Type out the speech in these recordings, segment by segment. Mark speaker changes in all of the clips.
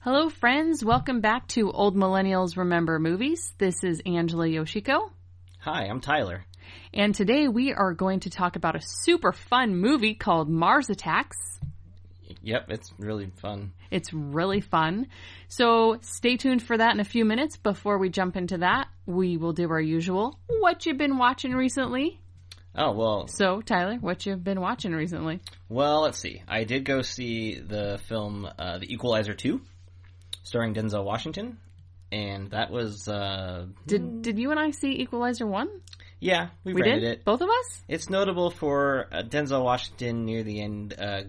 Speaker 1: Hello, friends. Welcome back to Old Millennials Remember Movies. This is Angela Yoshiko.
Speaker 2: Hi, I'm Tyler.
Speaker 1: And today we are going to talk about a super fun movie called Mars Attacks.
Speaker 2: Yep, it's really fun.
Speaker 1: It's really fun. So stay tuned for that in a few minutes. Before we jump into that, we will do our usual what you've been watching recently.
Speaker 2: Oh, well,
Speaker 1: So, Tyler, what you've been watching recently?
Speaker 2: well, let's see. I did go see the film uh, The Equalizer 2, starring Denzel Washington, and that was, uh,
Speaker 1: Did did you and I see Equalizer 1?
Speaker 2: yeah, we,
Speaker 1: We
Speaker 2: rented
Speaker 1: did?
Speaker 2: it.
Speaker 1: Both of us?
Speaker 2: It's notable for uh, Denzel Washington near the end. Uh,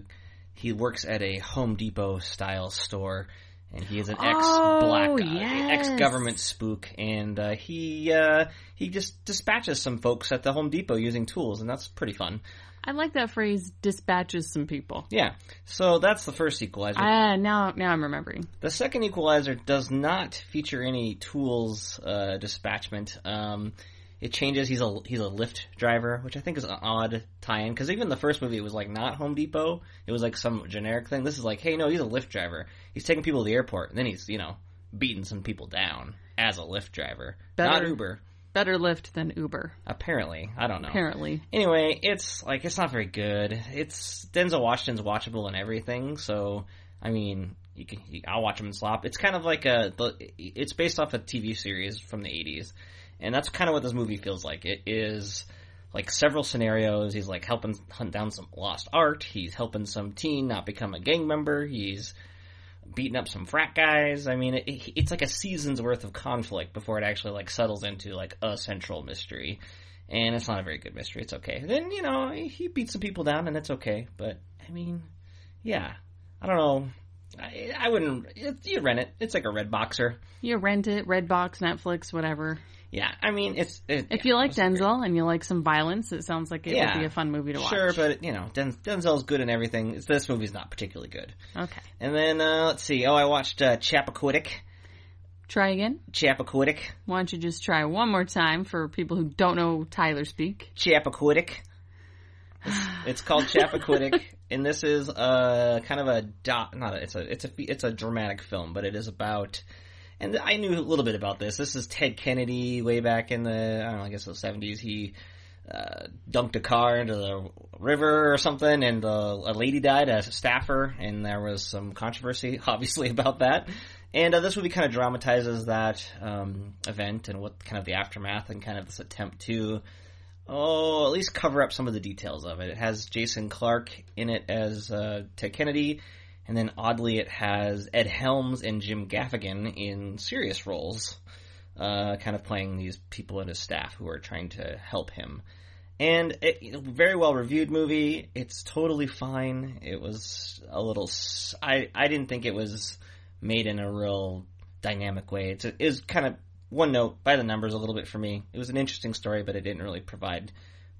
Speaker 2: he works at a Home Depot style store, and he is an ex black
Speaker 1: Oh, yes.
Speaker 2: ex government spook, and uh, he uh, he just dispatches some folks at the Home Depot using tools, and that's pretty fun.
Speaker 1: I like that phrase dispatches some people.
Speaker 2: Yeah, so that's the first Equalizer.
Speaker 1: Ah, now now I'm remembering.
Speaker 2: the second Equalizer does not feature any tools uh, dispatchment. Um, it changes. He's a he's a Lyft driver, which I think is an odd tie-in because even the first movie it was like not Home Depot. It was like some generic thing. This is like, hey, no, he's a Lyft driver. He's taking people to the airport, and then he's you know beating some people down as a Lyft driver, not
Speaker 1: Better.
Speaker 2: Uber.
Speaker 1: Better Lyft than Uber,
Speaker 2: Apparently, I don't know.
Speaker 1: apparently.
Speaker 2: Anyway, it's like it's not very good. It's Denzel Washington's watchable and everything, so I mean, you can you, I'll watch him in slop. It's kind of like a the, it's based off a TV series from the '80s, and that's kind of what this movie feels like. It is like several scenarios. He's like helping hunt down some lost art. He's helping some teen not become a gang member. He's beating up some frat guys. I mean, it, it's like a season's worth of conflict before it actually like settles into like a central mystery. And it's not a very good mystery. It's okay. Then you know he beats some people down, and it's okay. But I mean, yeah, I don't know. I, I wouldn't. It, you rent it. It's like a red boxer.
Speaker 1: You rent it, Redbox, Netflix, whatever.
Speaker 2: Yeah, I mean it's. It,
Speaker 1: If
Speaker 2: yeah,
Speaker 1: you like
Speaker 2: it's great.
Speaker 1: Denzel and you like some violence, it sounds like it
Speaker 2: Yeah.
Speaker 1: would be a fun movie to watch.
Speaker 2: sure, but you know Den, Denzel's good in everything. It's, this movie's not particularly good.
Speaker 1: Okay.
Speaker 2: And then uh, let's see. Oh, I watched uh, Chappaquiddick.
Speaker 1: Try again.
Speaker 2: Chappaquiddick.
Speaker 1: Why don't you just try one more time for people who don't know Tyler speak?
Speaker 2: Chappaquiddick. It's, it's called Chappaquiddick, and this is a kind of a dot. Not a, it's a it's a it's a dramatic film, but it is about. And I knew a little bit about this. This is Ted Kennedy way back in the I don't know, I guess the seventies. He uh, dunked a car into the river or something, and the, a lady died, a staffer, and there was some controversy, obviously, about that. And uh, this movie kind of dramatizes that um, event and what kind of the aftermath and kind of this attempt to, oh, at least cover up some of the details of it. It has Jason Clark in it as uh, Ted Kennedy, and then oddly it has Ed Helms and Jim Gaffigan in serious roles uh, kind of playing these people and his staff who are trying to help him. And it, you know, very well reviewed movie. It's totally fine. It was a little. s- I I didn't think it was made in a real dynamic way. It's it is kind of one note by the numbers a little bit for me. It was an interesting story, but it didn't really provide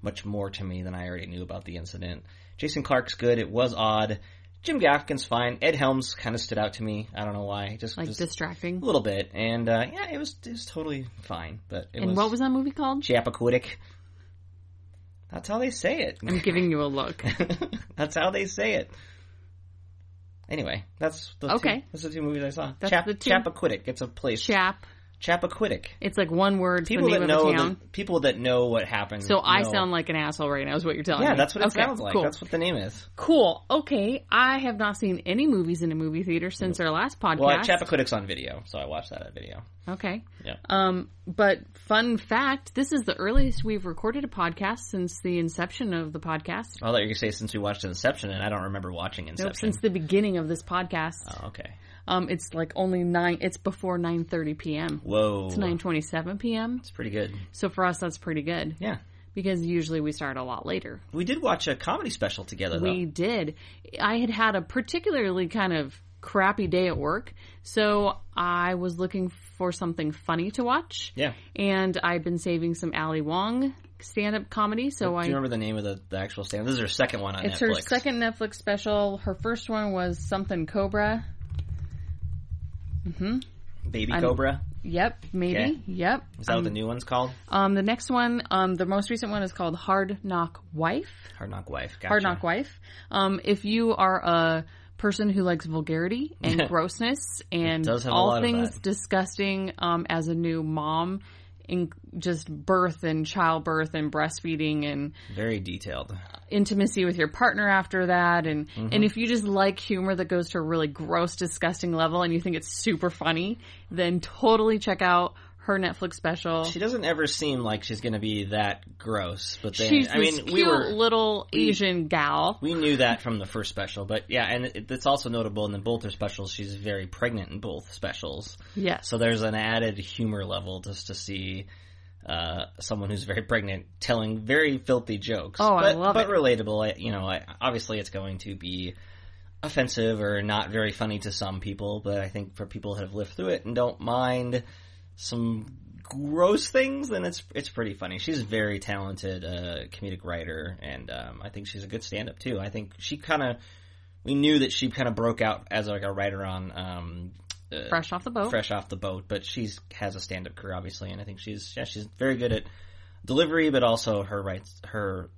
Speaker 2: much more to me than I already knew about the incident. Jason Clark's good. It was odd. Jim Gaffigan's fine. Ed Helms kind of stood out to me. I don't know why. Just
Speaker 1: Like
Speaker 2: just-
Speaker 1: distracting.
Speaker 2: a little bit, and uh, yeah, it was it was totally fine. But it
Speaker 1: and
Speaker 2: was,
Speaker 1: what was that movie called?
Speaker 2: Chappaquiddick? That's how they say
Speaker 1: I'm
Speaker 2: it.
Speaker 1: giving you a look.
Speaker 2: that's how they say it. Anyway, that's the
Speaker 1: Okay.
Speaker 2: Two, that's the two movies I saw.
Speaker 1: That's the two.
Speaker 2: Chappaquiddick. It's a place.
Speaker 1: Chap.
Speaker 2: Chappaquiddick.
Speaker 1: It's like one word for the
Speaker 2: People
Speaker 1: name
Speaker 2: that
Speaker 1: of
Speaker 2: know
Speaker 1: a town.
Speaker 2: the, people that know what happened.
Speaker 1: so I
Speaker 2: know-
Speaker 1: sound like an asshole right now is what you're telling me.
Speaker 2: yeah, that's what it
Speaker 1: Okay,
Speaker 2: sounds like.
Speaker 1: Cool.
Speaker 2: That's what the name is.
Speaker 1: cool. Okay. I have not seen any movies in a movie theater since our last podcast.
Speaker 2: Well, Chappaquiddick's on video, so I watched that on video.
Speaker 1: Okay.
Speaker 2: Yeah.
Speaker 1: Um, but fun fact, this is the earliest we've recorded a podcast since the inception of the podcast.
Speaker 2: I thought you were gonna say since we watched Inception, and I don't remember watching
Speaker 1: Nope,
Speaker 2: Inception.
Speaker 1: since the beginning of this podcast.
Speaker 2: oh, okay.
Speaker 1: Um, it's like only nine. It's before nine thirty p.m.
Speaker 2: Whoa.
Speaker 1: It's nine twenty-seven p.m.
Speaker 2: It's pretty good.
Speaker 1: So for us, that's pretty good
Speaker 2: Yeah.
Speaker 1: because usually we start a lot later.
Speaker 2: We did watch a comedy special together, though.
Speaker 1: We did. I had had a particularly kind of crappy day at work, so I was looking for something funny to watch.
Speaker 2: yeah.
Speaker 1: And I've been saving some Ali Wong stand-up comedy, so I
Speaker 2: Do you remember the name of the, the actual stand? This is her second one on
Speaker 1: It's
Speaker 2: Netflix.
Speaker 1: her second Netflix special. Her first one was something Cobra.
Speaker 2: Baby Cobra.
Speaker 1: Yep, maybe.
Speaker 2: Okay.
Speaker 1: Yep.
Speaker 2: Is that what the new one's called?
Speaker 1: Um, the next one, um, the most recent one is called Hard Knock Wife.
Speaker 2: Hard Knock Wife. Gotcha.
Speaker 1: Hard Knock Wife. Um, if you are a person who likes vulgarity and grossness and
Speaker 2: does have a lot
Speaker 1: all
Speaker 2: of
Speaker 1: things
Speaker 2: that.
Speaker 1: disgusting um, as a new mom in just birth and childbirth and breastfeeding and
Speaker 2: Very detailed.
Speaker 1: intimacy with your partner after that and
Speaker 2: Mm-hmm.
Speaker 1: and if you just like humor that goes to a really gross disgusting level and you think it's super funny then totally check out her Netflix special
Speaker 2: She doesn't ever seem like she's going to be that gross, but then
Speaker 1: she's
Speaker 2: I
Speaker 1: this
Speaker 2: mean,
Speaker 1: cute
Speaker 2: we were
Speaker 1: little Asian gal
Speaker 2: we knew that from the first special, but yeah, and it- it's also notable in the both her specials. She's very pregnant in both specials,
Speaker 1: yes
Speaker 2: so there's an added humor level just to see uh, someone who's very pregnant telling very filthy jokes.
Speaker 1: Oh, I
Speaker 2: but,
Speaker 1: love
Speaker 2: but
Speaker 1: it.
Speaker 2: relatable. I, you know, I, obviously it's going to be offensive or not very funny to some people, but I think for people who have lived through it and don't mind some gross things, then it's it's pretty funny. She's a very talented uh, comedic writer, and um, I think she's a good stand up too. I think she kind of we knew that she kind of broke out as like a writer on. Um, uh,
Speaker 1: fresh off the boat
Speaker 2: fresh off the boat, but she's has a stand up career obviously, and I think she's yeah she's very good at delivery, but also her writes her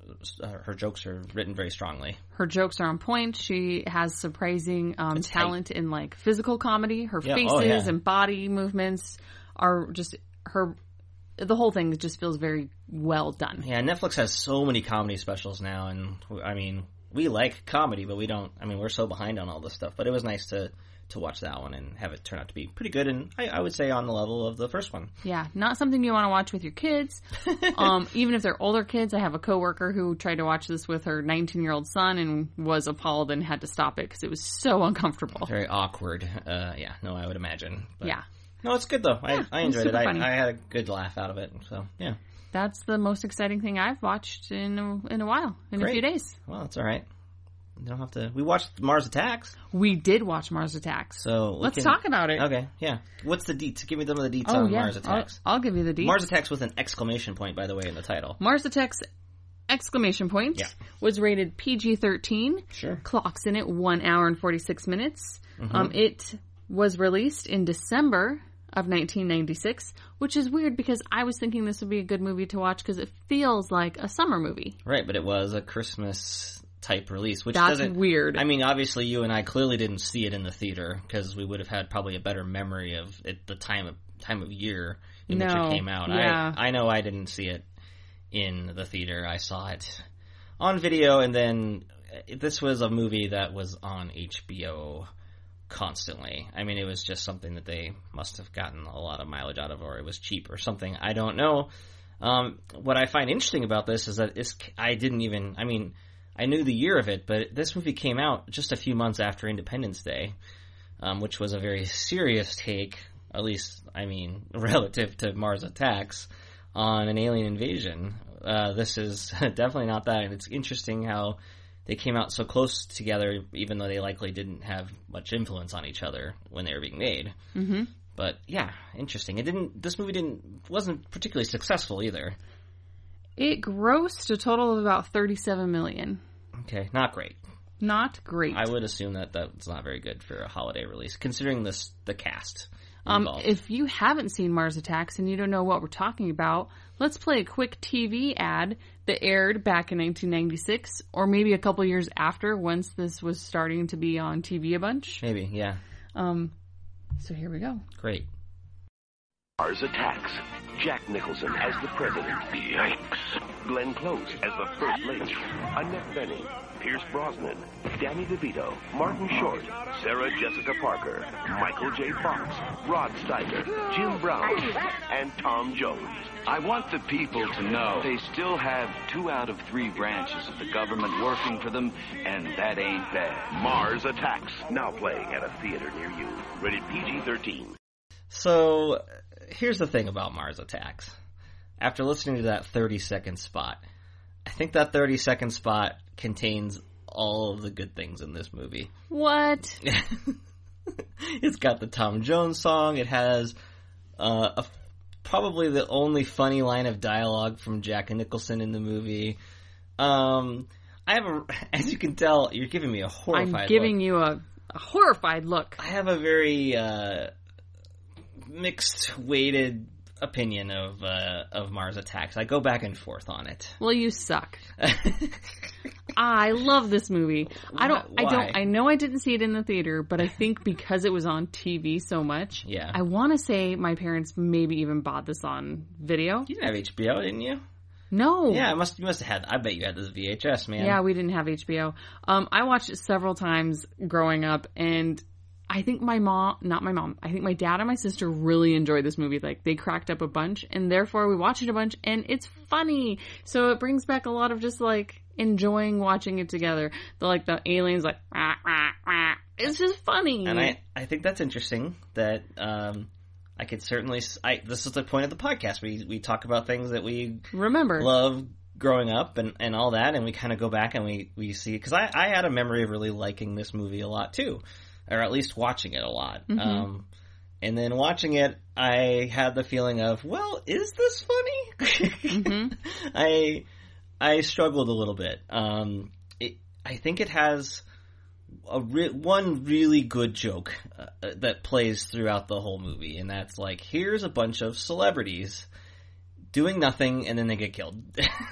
Speaker 2: uh, her jokes are written very strongly.
Speaker 1: her jokes are on point she has surprising um, talent in like physical comedy her
Speaker 2: Yeah,
Speaker 1: faces
Speaker 2: oh, yeah.
Speaker 1: and body movements are just her the whole thing just feels very well done
Speaker 2: Yeah, Netflix has so many comedy specials now, and I mean we like comedy, but we don't. I mean we're so behind on all this stuff, but it was nice to to watch that one and have it turn out to be pretty good, and I, I would say on the level of the first one.
Speaker 1: Yeah, not something you want to watch with your kids. um, even if they're older kids, I have a coworker who tried to watch this with her 19 year old son and was appalled and had to stop it because it was so uncomfortable.
Speaker 2: Very awkward. Uh, yeah, no, I would imagine. But,
Speaker 1: Yeah,
Speaker 2: No, it's good though. I, I enjoyed it.
Speaker 1: super funny.
Speaker 2: I, I had a good laugh out of it. So yeah.
Speaker 1: that's the most exciting thing I've watched in a, in a while, in a few
Speaker 2: Great.
Speaker 1: days.
Speaker 2: Well, that's all right. You don't have to. We watched Mars Attacks,
Speaker 1: We did watch Mars Attacks.
Speaker 2: so we
Speaker 1: Let's
Speaker 2: can-
Speaker 1: talk about it.
Speaker 2: Okay, yeah. What's the deets? Give me some of the deets
Speaker 1: oh,
Speaker 2: on
Speaker 1: yeah.
Speaker 2: Mars Attacks.
Speaker 1: I'll, I'll give you the deets.
Speaker 2: Mars Attacks with an exclamation point, by the way, in the title.
Speaker 1: Mars Attacks exclamation point
Speaker 2: Yeah.
Speaker 1: was rated PG 13.
Speaker 2: Sure. Mm-hmm.
Speaker 1: clocks in at one hour and 46 minutes. Um, it was released in December of 1996, which is weird because I was thinking this would be a good movie to watch because it feels like a summer movie.
Speaker 2: Right, but it was a Christmas type release, which
Speaker 1: That's
Speaker 2: doesn't.
Speaker 1: weird.
Speaker 2: I mean, obviously, you and I clearly didn't see it in the theater because we would have had probably a better memory of it, the time of time of year in which
Speaker 1: No,
Speaker 2: it came out.
Speaker 1: yeah.
Speaker 2: I I know I didn't see it in the theater. I saw it on video, and then uh, this was a movie that was on HBO constantly. I mean, it was just something that they must have gotten a lot of mileage out of, or it was cheap or something. I don't know. Um, what I find interesting about this is that it's, I didn't even, I mean, I knew the year of it, but this movie came out just a few months after Independence Day, um, which was a very serious take, at least, I mean, relative to Mars Attacks, on an alien invasion. Uh, this is definitely not that, and it's interesting how they came out so close together, even though they likely didn't have much influence on each other when they were being made. Mm-hmm. But yeah, interesting. It didn't. This movie didn't wasn't particularly successful either.
Speaker 1: It grossed a total of about 37 million.
Speaker 2: Okay, not great.
Speaker 1: Not great.
Speaker 2: I would assume that that's not very good for a holiday release, considering this the cast.
Speaker 1: um,
Speaker 2: involved.
Speaker 1: if you haven't seen Mars Attacks and you don't know what we're talking about, let's play a quick TV ad that aired back in 1996 or maybe a couple years after once this was starting to be on TV a bunch.
Speaker 2: Maybe, yeah,
Speaker 1: Um, so here we go.
Speaker 2: great.
Speaker 3: Mars attacks. Jack Nicholson as the president. Yikes. Glenn Close as the first lady. Annette Benning. Pierce Brosnan. Danny DeVito. Martin Short. Sarah Jessica Parker. Michael J. Fox. Rod Steiger. Jim Brown. And Tom Jones.
Speaker 4: I want the people to know they still have two out of three branches of the government working for them, and that ain't bad.
Speaker 3: Mars attacks. Now playing at a theater near you. Rated PG 13.
Speaker 2: So uh, here's the thing about Mars Attacks. After listening to that 30 second spot, I think that 30 second spot contains all of the good things in this movie.
Speaker 1: What?
Speaker 2: it's got the Tom Jones song. It has uh, a, probably the only funny line of dialogue from Jack Nicholson in the movie. Um, I have a, as you can tell, you're giving me a
Speaker 1: I'm
Speaker 2: horrified.
Speaker 1: giving
Speaker 2: look.
Speaker 1: you a, a horrified look.
Speaker 2: I have a very uh, mixed weighted opinion of uh, of Mars Attacks. I go back and forth on it.
Speaker 1: Well, you suck. I love this movie. I don't. I
Speaker 2: Why?
Speaker 1: don't. I know I didn't see it in the theater, but I think because it was on TV so much.
Speaker 2: Yeah.
Speaker 1: I want to say my parents maybe even bought this on video.
Speaker 2: you didn't have HBO, didn't you?
Speaker 1: No.
Speaker 2: Yeah, I must you must have had. I bet you had this VHS, man.
Speaker 1: Yeah, we didn't have HBO. Um, I watched it several times growing up, and I think my mom, not my mom, I think my dad and my sister really enjoyed this movie. Like, they cracked up a bunch, and therefore we watched it a bunch, and it's funny. So it brings back a lot of just like enjoying watching it together. The like the aliens, like, "Wah, wah, wah." it's just funny.
Speaker 2: and I I think that's interesting that um I could certainly s- I this is the point of the podcast. We we talk about things that we
Speaker 1: remember.
Speaker 2: love growing up and and all that, and we kind of go back and we we see because I I had a memory of really liking this movie a lot too, or at least watching it a lot. Um, and then watching it, I had the feeling of, well, is this funny?
Speaker 1: Mm-hmm.
Speaker 2: I I struggled a little bit. Um, it, I think it has a re- one really good joke uh, that plays throughout the whole movie, and that's like, here's a bunch of celebrities doing nothing, and then they get killed,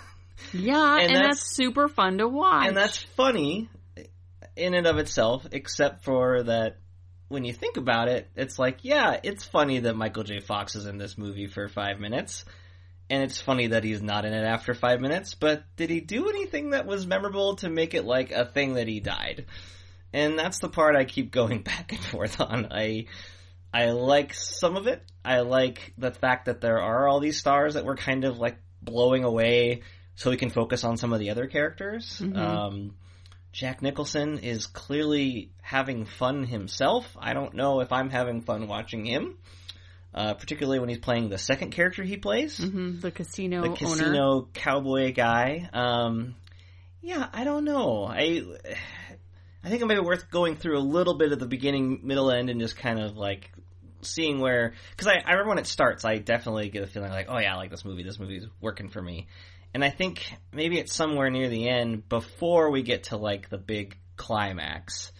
Speaker 1: yeah,
Speaker 2: and
Speaker 1: and, that's,
Speaker 2: that's-
Speaker 1: super fun to watch.
Speaker 2: and that's funny in and of itself, except for that. When you think about it, it's like, yeah, it's funny that Michael J. Fox is in this movie for five minutes, and it's funny that he's not in it after five minutes, but did he do anything that was memorable to make it like a thing that he died? And that's the part I keep going back and forth on. I I like some of it. I like the fact that there are all these stars that we're kind of like blowing away so we can focus on some of the other characters. Um Jack Nicholson is clearly having fun himself. I don't know if I'm having fun watching him, uh, particularly when he's playing the second character he plays
Speaker 1: Mhm, the casino
Speaker 2: the
Speaker 1: owner.
Speaker 2: casino cowboy guy. Um, yeah, I don't know. I I think it might be worth going through a little bit of the beginning, middle, end, and just kind of like seeing where because I, I remember when it starts, I definitely get a feeling like, oh yeah, I like this movie. This movie's working for me. And I think maybe it's somewhere near the end before we get to like the big climax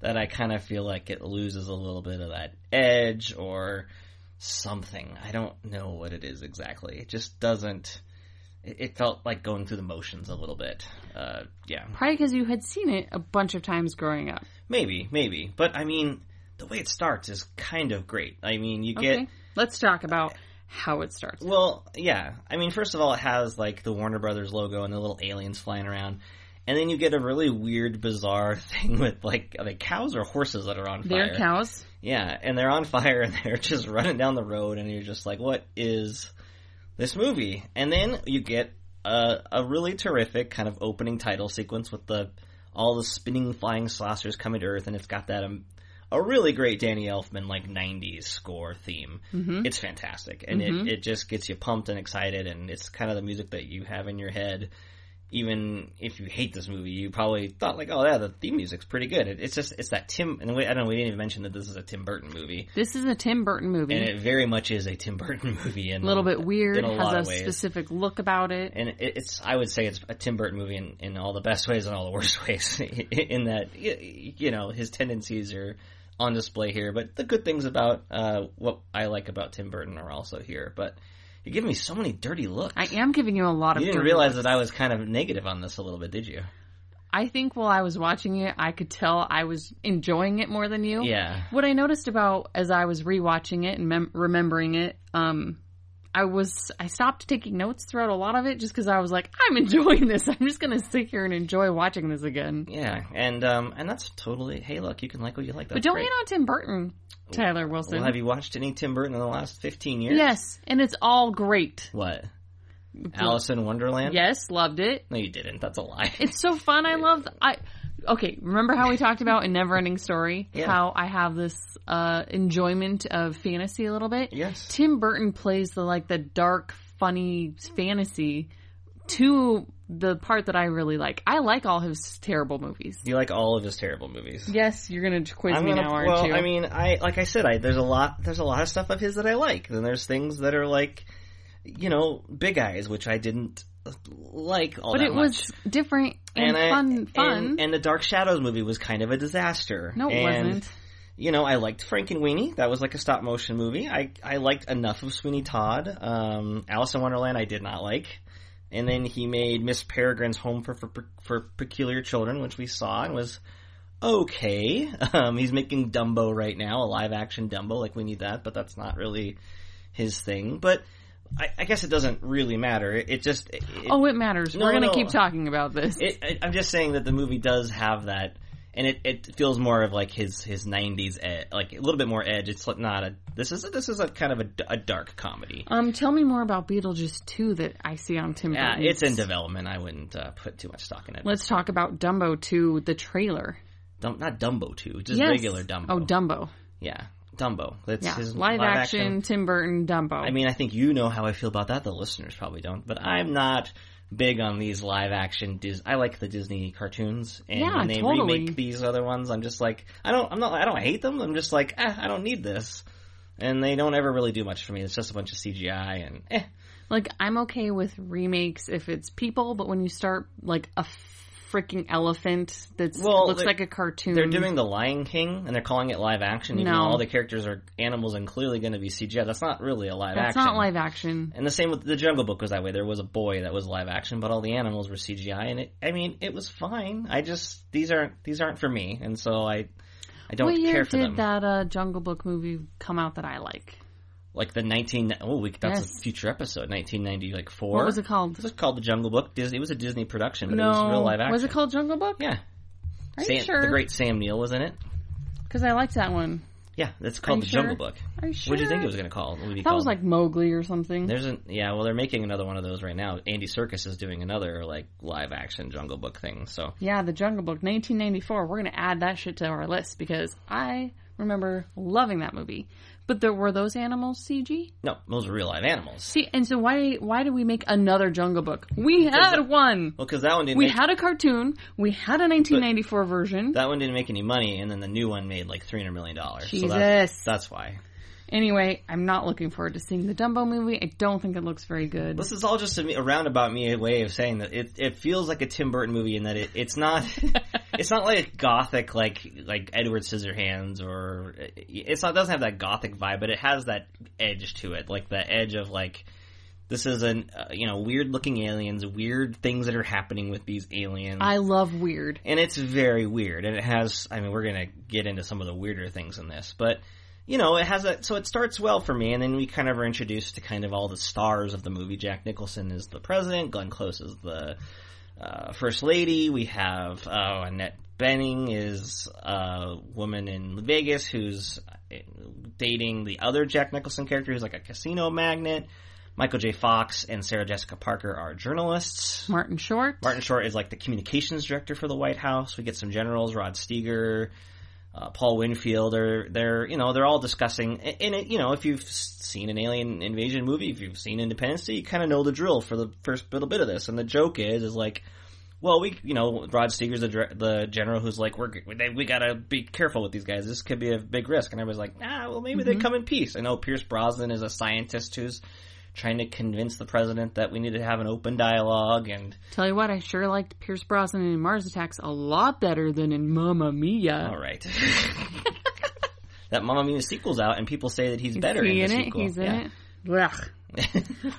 Speaker 2: that I kind of feel like it loses a little bit of that edge or something. I don't know what it is exactly. It just doesn't. It, it felt like going through the motions a little bit. Uh, yeah,
Speaker 1: Probably because you had seen it a bunch of times growing up.
Speaker 2: maybe, maybe. But I mean, the way it starts is kind of great. I mean, you get.
Speaker 1: Okay. Let's talk about how it starts.
Speaker 2: Well, yeah. I mean, first of all, it has like the Warner Brothers logo and the little aliens flying around. And then you get a really weird, bizarre thing with like are they cows or horses that are on fire.
Speaker 1: They're cows.
Speaker 2: Yeah, and they're on fire and they're just running down the road and you're just like, what is this movie? And then you get a, a really terrific kind of opening title sequence with the all the spinning flying saucers coming to Earth and it's got that um, a really great Danny Elfman like '90s score theme. It's fantastic and it, it just gets you pumped and excited and it's kind of the music that you have in your head even if you hate this movie, you probably thought like, oh yeah, the theme music's pretty good. It, it's just it's that Tim and we, I don't know we didn't even mention that this is a Tim Burton movie,
Speaker 1: This is a Tim Burton movie.
Speaker 2: and it very much is a Tim Burton movie. In
Speaker 1: a little bit weird.
Speaker 2: in a lot
Speaker 1: Has a
Speaker 2: of ways.
Speaker 1: specific look about it.
Speaker 2: and it, it's I would say it's a Tim Burton movie in, in all the best ways and all the worst ways. in that y- you know his tendencies are on display here, but the good things about uh, what I like about Tim Burton are also here. But you give me so many dirty looks.
Speaker 1: I am giving you a lot of.
Speaker 2: you didn't
Speaker 1: dirty
Speaker 2: realize
Speaker 1: looks.
Speaker 2: that I was kind of negative on this a little bit, did you?
Speaker 1: I think while I was watching it, I could tell I was enjoying it more than you.
Speaker 2: Yeah.
Speaker 1: What I noticed about as I was rewatching it and mem- remembering it, um, I was I stopped taking notes throughout a lot of it just because I was like, I'm enjoying this. I'm just gonna sit here and enjoy watching this again.
Speaker 2: Yeah, and um, and that's totally. Hey, look, you can like what you like. That's
Speaker 1: but don't
Speaker 2: great.
Speaker 1: hate on Tim Burton, Tyler Wilson.
Speaker 2: Well, have you watched any Tim Burton in the last fifteen years?
Speaker 1: yes, and it's all great.
Speaker 2: What? Alice in Wonderland?
Speaker 1: Yes, loved it.
Speaker 2: No, you didn't. That's a lie.
Speaker 1: It's so fun. I love. I okay. Remember how we talked about in Never Ending Story
Speaker 2: Yeah.
Speaker 1: how I have this uh, enjoyment of fantasy a little bit.
Speaker 2: Yes.
Speaker 1: Tim Burton plays the like the dark, funny fantasy to the part that I really like. I like all his terrible movies.
Speaker 2: you like all of his terrible movies?
Speaker 1: Yes, you're gonna quiz
Speaker 2: I'm
Speaker 1: me
Speaker 2: gonna,
Speaker 1: now, aren't
Speaker 2: well,
Speaker 1: you?
Speaker 2: I mean, I like I said, I there's a lot there's a lot of stuff of his that I like. Then there's things that are like, you know, Big Eyes, which I didn't like all
Speaker 1: but
Speaker 2: that
Speaker 1: it
Speaker 2: much.
Speaker 1: was different and,
Speaker 2: I-
Speaker 1: fun. Fun.
Speaker 2: And, and the Dark Shadows movie was kind of a disaster.
Speaker 1: no, it
Speaker 2: And-
Speaker 1: wasn't.
Speaker 2: you know, I liked Frank and Weenie. That was like a stop motion movie. I, I liked enough of Sweeney Todd. Um, Alice in Wonderland, I did not like. And then he made Miss Peregrine's Home for, for, for Peculiar Children, which we saw and was okay. Um, he's making Dumbo right now, a live action Dumbo. Like we need that, but that's not really his thing. But I, I guess it doesn't really matter. It, it just it,
Speaker 1: Oh, it matters.
Speaker 2: No,
Speaker 1: We're gonna
Speaker 2: no.
Speaker 1: keep talking about this.
Speaker 2: it, I, I'm just saying that the movie does have that, and it, it feels more of like his his '90s ed, like a little bit more edge. It's like not a this is this is a kind of a, d- a dark comedy.
Speaker 1: um, tell me more about Beetlejuice two that I see on Tim.
Speaker 2: Yeah,
Speaker 1: Burton's.
Speaker 2: it's in development. I wouldn't uh, put too much stock in it.
Speaker 1: Let's talk about Dumbo two, the trailer.
Speaker 2: Dum- not Dumbo too, just
Speaker 1: Yes.
Speaker 2: regular Dumbo.
Speaker 1: Oh, Dumbo.
Speaker 2: yeah, Dumbo. That's
Speaker 1: Yeah,
Speaker 2: his
Speaker 1: live, action, Tim Burton Dumbo.
Speaker 2: I mean, I think you know how I feel about that. The listeners probably don't, but I'm not big on these live action. Dis- I like the Disney cartoons, and
Speaker 1: Yeah,
Speaker 2: when they
Speaker 1: totally.
Speaker 2: remake these other ones, I'm just like, I don't, I'm not, I don't hate them. I'm just like, eh, I don't need this. And they don't ever really do much for me. It's just a bunch of CGI and eh.
Speaker 1: like I'm okay with remakes if it's people, but when you start like a freaking elephant that
Speaker 2: Well,
Speaker 1: looks
Speaker 2: they-
Speaker 1: like a cartoon,
Speaker 2: They're doing The Lion King and they're calling it live action, even
Speaker 1: Mm. No.
Speaker 2: though all the characters are animals and clearly going to be CGI. That's not really a live
Speaker 1: that's
Speaker 2: action.
Speaker 1: not live action.
Speaker 2: And the same with the Jungle Book was that way. There was a boy that was live action, but all the animals were CGI, and it. I mean, it was fine. I just these aren't these aren't for me, and so I, I don't
Speaker 1: What year
Speaker 2: care for
Speaker 1: did
Speaker 2: them.
Speaker 1: that uh, Jungle Book movie come out that I like?
Speaker 2: Like the nineteen. Oh, we, that's
Speaker 1: Yes.
Speaker 2: a future episode. Nineteen ninety, like four.
Speaker 1: What was it called?
Speaker 2: It was called the Jungle Book. Disney. It was a Disney production, but it was real live action.
Speaker 1: was it called Jungle Book?
Speaker 2: Yeah.
Speaker 1: Are you
Speaker 2: Sam,
Speaker 1: sure?
Speaker 2: The great Sam Neill was in it.
Speaker 1: Because I liked that one.
Speaker 2: Yeah, it's called
Speaker 1: you
Speaker 2: the
Speaker 1: sure?
Speaker 2: Jungle Book.
Speaker 1: Are you
Speaker 2: What did you
Speaker 1: sure?
Speaker 2: think it was going to call? What would it be
Speaker 1: That was
Speaker 2: called?
Speaker 1: like Mowgli or something.
Speaker 2: There's an yeah, well they're making another one of those right now. Andy Circus is doing another like live action Jungle Book thing. So
Speaker 1: yeah, the Jungle Book, 1994. We're gonna add that shit to our list because I remember loving that movie. But there were those animals CG.
Speaker 2: no, those are real live animals.
Speaker 1: See, and so why why did we make another Jungle Book? We had one.
Speaker 2: Well, because that one didn't
Speaker 1: We
Speaker 2: make,
Speaker 1: had a cartoon. We had a 1994 version.
Speaker 2: that one didn't make any money, and then the new one made like three hundred million dollars. So
Speaker 1: Jesus.
Speaker 2: that's, that's why
Speaker 1: Anyway, I'm not looking forward to seeing the Dumbo movie. I don't think it looks very good.
Speaker 2: this is all just a, me- a roundabout me way of saying that it it feels like a Tim Burton movie in that it, it's not it's not like gothic like like Edward Scissorhands or uh, it's not doesn't have that gothic vibe, but it has that edge to it, like the edge of like. This is an uh, you know weird looking aliens, weird things that are happening with these aliens.
Speaker 1: I love weird.
Speaker 2: and it's very weird and it has i mean we're gonna get into some of the weirder things in this but you know it has a so it starts well for me and then we kind of are introduced to kind of all the stars of the movie jack nicholson is the president glenn close is the uh, first lady we have uh, annette benning is a woman in vegas who's uh, dating the other jack nicholson character who's like a casino magnet michael j fox and sarah jessica parker are journalists
Speaker 1: Martin Short.
Speaker 2: Martin Short is like the communications director for the White House. We get some generals, Rod Steger, uh, Paul Winfield. Are they're you know they're all discussing. And and it, you know if you've seen an alien invasion movie, if you've seen Independence Day, you kind of know the drill for the first little bit of this. And the joke is is like, well we you know Rod Steger's the, dire- the general who's like we're they, we gotta be careful with these guys. This could be a big risk. And everybody's like, ah, well maybe they come in peace. I know Pierce Brosnan is a scientist who's trying to convince the president that we need to have an open dialogue and.
Speaker 1: Tell you what, I sure liked Pierce Brosnan in Mars Attacks a lot better than in Mamma Mia.
Speaker 2: All right. that Mamma Mia sequel's out, and people say that he's better
Speaker 1: He in
Speaker 2: in the
Speaker 1: it.
Speaker 2: sequel.
Speaker 1: He's in
Speaker 2: Yeah.
Speaker 1: it. Blech.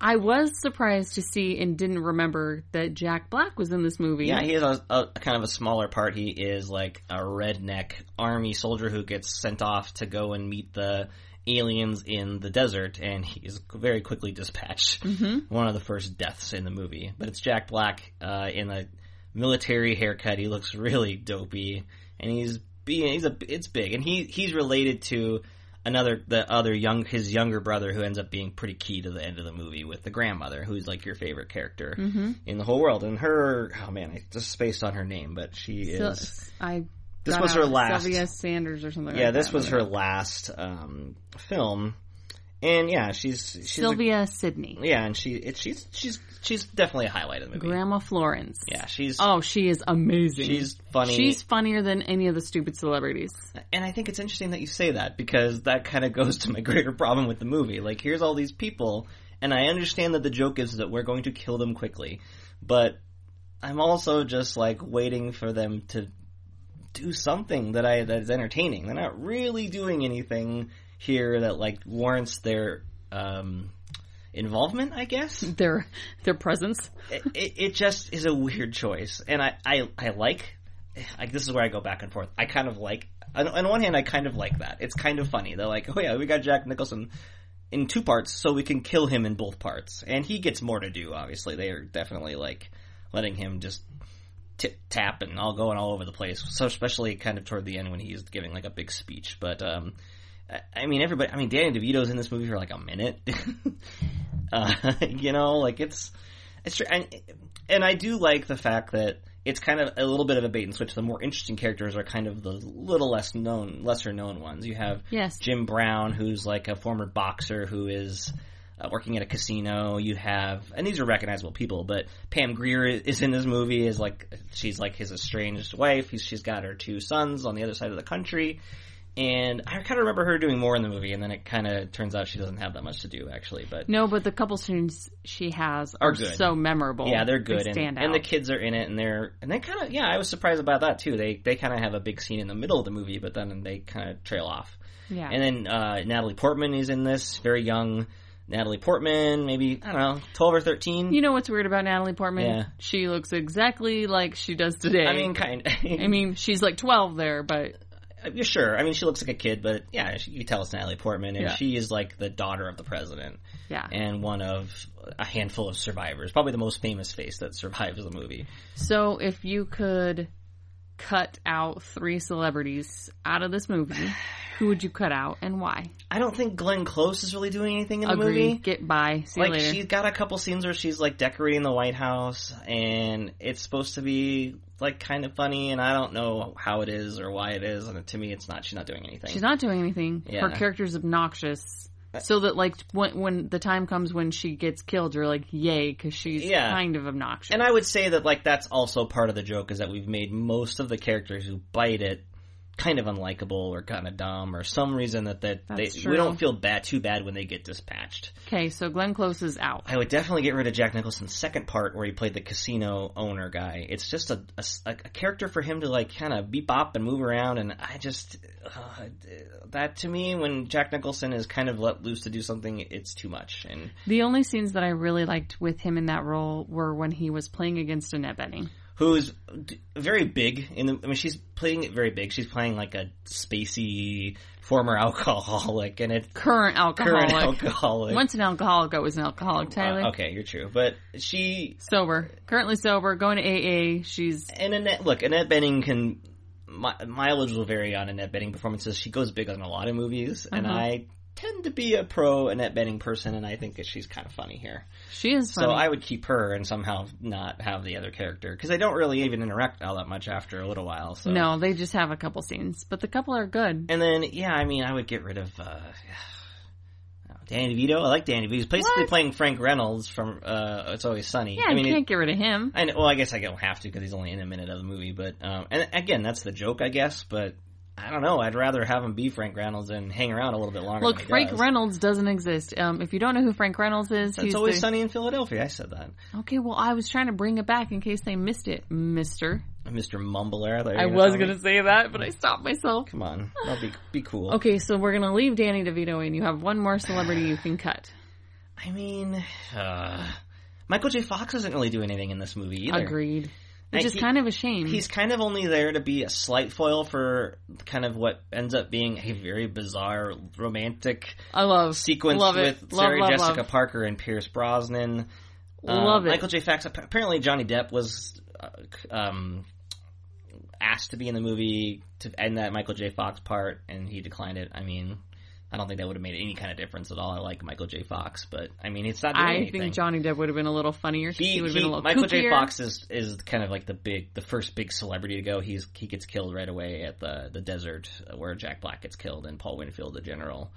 Speaker 1: I was surprised to see and didn't remember that Jack Black was in this movie.
Speaker 2: Yeah, he has a, a kind of a smaller part. He is like a redneck army soldier who gets sent off to go and meet the aliens in the desert, and he is very quickly dispatched. Mm-hmm. One of the first deaths in the movie, but it's Jack Black uh, in a military haircut. He looks really dopey, and he's being he's a it's big, and he he's related to another the other young his younger brother who ends up being pretty key to the end of the movie with the grandmother who's like your favorite character
Speaker 1: Mm-hmm.
Speaker 2: in the whole world and her oh man I just spaced on her name but she
Speaker 1: So-
Speaker 2: is
Speaker 1: I.
Speaker 2: This
Speaker 1: got
Speaker 2: was
Speaker 1: out
Speaker 2: her last.
Speaker 1: Sylvia Sanders or something.
Speaker 2: yeah
Speaker 1: like
Speaker 2: this
Speaker 1: that.
Speaker 2: was her last um, film and yeah she's she's a-
Speaker 1: Sylvia Sidney,
Speaker 2: yeah and she it, she's she's she's definitely a highlight of the movie
Speaker 1: Grandma Florence.
Speaker 2: yeah she's
Speaker 1: Oh, she is amazing.
Speaker 2: she's funny
Speaker 1: She's funnier than any of the stupid celebrities.
Speaker 2: And I think it's interesting that you say that because that kind of goes to my greater problem with the movie. Like, here's all these people, and I understand that the joke is that we're going to kill them quickly, but I'm also just like waiting for them to do something that I that is entertaining. They're not really doing anything here that like warrants their um, involvement. I guess
Speaker 1: Their their presence.
Speaker 2: it, it it just is a weird choice, and I I, I like. Like this is where I go back and forth. I kind of like. On, on one hand, I kind of like that. It's kind of funny. They're like, oh yeah, we got Jack Nicholson in two parts, so we can kill him in both parts, and he gets more to do. Obviously, they are definitely like letting him just tip tap and all going all over the place. So especially kind of toward the end when he's giving like a big speech. But um, I, I mean, everybody. I mean, Danny DeVito's in this movie for like a minute. uh, you know, like it's it's true, and and I do like the fact that it's kind of a little bit of a bait and switch. The more interesting characters are kind of the little less known, lesser known ones. You have
Speaker 1: Yes.
Speaker 2: Jim Brown, who's like a former boxer who is uh, working at a casino. You have, and these are recognizable people, but Pam Greer is in this movie. Is like she's like his estranged wife. He's, she's got her two sons on the other side of the country. And I kind of remember her doing more in the movie, and then it kind of turns out she doesn't have that much to do actually. But
Speaker 1: No, but the couple scenes she has
Speaker 2: Are
Speaker 1: are,
Speaker 2: good.
Speaker 1: so memorable.
Speaker 2: Yeah, they're good,
Speaker 1: They
Speaker 2: and,
Speaker 1: stand out.
Speaker 2: and the kids are in it, and they're and they kind of yeah. I was surprised about that too. They they kind of have a big scene in the middle of the movie, but then they kind of trail off.
Speaker 1: Yeah.
Speaker 2: And then uh, Natalie Portman is in this, very young Natalie Portman, maybe I don't know, twelve or thirteen.
Speaker 1: you know what's weird about Natalie Portman?
Speaker 2: Yeah.
Speaker 1: She looks exactly like she does today.
Speaker 2: I mean, kind. uh,
Speaker 1: I mean, she's like 12 there, but
Speaker 2: You're sure. I mean, she looks like a kid, but yeah, she, you tell it's Natalie Portman, and
Speaker 1: Yeah.
Speaker 2: she is like the daughter of the president
Speaker 1: yeah.
Speaker 2: and one of a handful of survivors, probably the most famous face that survives the movie.
Speaker 1: So if you could cut out three celebrities out of this movie, who would you cut out and why?
Speaker 2: I don't think Glenn Close is really doing anything in the
Speaker 1: Agree.
Speaker 2: movie.
Speaker 1: Get by. See
Speaker 2: like
Speaker 1: you later.
Speaker 2: she's got a couple scenes where she's like decorating the White House, and it's supposed to be like kind of funny, and I don't know how it is or why it is, and to me, it's not. She's not doing anything.
Speaker 1: She's not doing anything.
Speaker 2: Yeah.
Speaker 1: Her character's obnoxious. So that like when when the time comes when she gets killed, you're like yay because she's
Speaker 2: Yeah.
Speaker 1: kind of obnoxious.
Speaker 2: and I would say that like that's also part of the joke is that we've made most of the characters who bite it kind of unlikable or kind of dumb or some reason that that they,
Speaker 1: That's
Speaker 2: we
Speaker 1: true.
Speaker 2: don't feel bad too bad when they get dispatched.
Speaker 1: okay, so Glenn Close is out.
Speaker 2: I would definitely get rid of Jack Nicholson's second part where he played the casino owner guy. It's just a, a s- a- a character for him to like kind of beep bop and move around, and I just uh, that to me when Jack Nicholson is kind of let loose to do something, it's too much. And
Speaker 1: The only scenes that I really liked with him in that role were when he was playing against Annette Bening.
Speaker 2: who's d- very big in the? I mean, she's playing it very big. She's playing like a spacey former alcoholic, and it's
Speaker 1: Current alcoholic.
Speaker 2: current alcoholic.
Speaker 1: Once an alcoholic, always an alcoholic. Tyler,
Speaker 2: Uh, okay, you're true, but she
Speaker 1: sober, currently sober, going to AA. She's
Speaker 2: and Annette, look, Annette Benning can mi- mileage will vary on Annette Benning performances. She goes big on a lot of movies, and
Speaker 1: Uh-huh.
Speaker 2: I tend to be a pro Annette Benning person, and I think that she's kind of funny here.
Speaker 1: she is funny.
Speaker 2: So I would keep her and somehow not have the other character because they don't really even interact all that much after a little while. So
Speaker 1: No, they just have a couple scenes, but the couple are good.
Speaker 2: and then yeah, I mean, I would get rid of. Uh, Danny DeVito, I like Danny DeVito. He's basically
Speaker 1: What?
Speaker 2: playing Frank Reynolds from uh, It's Always Sunny.
Speaker 1: Yeah,
Speaker 2: I mean,
Speaker 1: you
Speaker 2: it-
Speaker 1: can't get rid of him.
Speaker 2: I know, well, I guess I don't have to because he's only in a minute of the movie. But um, and again, that's the joke, I guess. But I don't know. I'd rather have him be Frank Reynolds and hang around a little bit longer.
Speaker 1: Look,
Speaker 2: than he
Speaker 1: Frank
Speaker 2: does.
Speaker 1: Reynolds doesn't exist. Um, if you don't know who Frank Reynolds is,
Speaker 2: It's
Speaker 1: he's
Speaker 2: always
Speaker 1: the-
Speaker 2: sunny in Philadelphia. I said that,
Speaker 1: okay. Well, I was trying to bring it back in case they missed it, Mister.
Speaker 2: Mr. Mumbler.
Speaker 1: I was gonna say that, but I stopped myself.
Speaker 2: Come on, that'll be be cool.
Speaker 1: Okay, so we're gonna leave Danny DeVito in. You have one more celebrity you can cut.
Speaker 2: I mean, uh, Michael J. Fox isn't really doing anything in this movie either.
Speaker 1: Agreed.
Speaker 2: And
Speaker 1: Which is
Speaker 2: he-
Speaker 1: kind of a shame.
Speaker 2: He's kind of only there to be a slight foil for kind of what ends up being a very bizarre romantic
Speaker 1: I love
Speaker 2: sequence
Speaker 1: love it.
Speaker 2: with
Speaker 1: Love,
Speaker 2: Sarah
Speaker 1: love,
Speaker 2: Jessica
Speaker 1: love.
Speaker 2: Parker and Pierce Brosnan.
Speaker 1: Love it.
Speaker 2: Um, Michael J. Fox. app- Apparently, Johnny Depp was uh, c- um, asked to be in the movie to end that Michael J. Fox part, and he declined it. I mean, I don't think that would have made any kind of difference at all. I like Michael J. Fox, but I mean, it's not doing
Speaker 1: I
Speaker 2: anything.
Speaker 1: think Johnny Depp would have been a little funnier. 'cause
Speaker 2: He-
Speaker 1: He, would have
Speaker 2: he-
Speaker 1: been a little
Speaker 2: Michael J.
Speaker 1: kookier.
Speaker 2: Fox is, is kind of like the big, the first big celebrity to go. He's he gets killed right away at the the desert uh, where Jack Black gets killed and Paul Winfield, the general.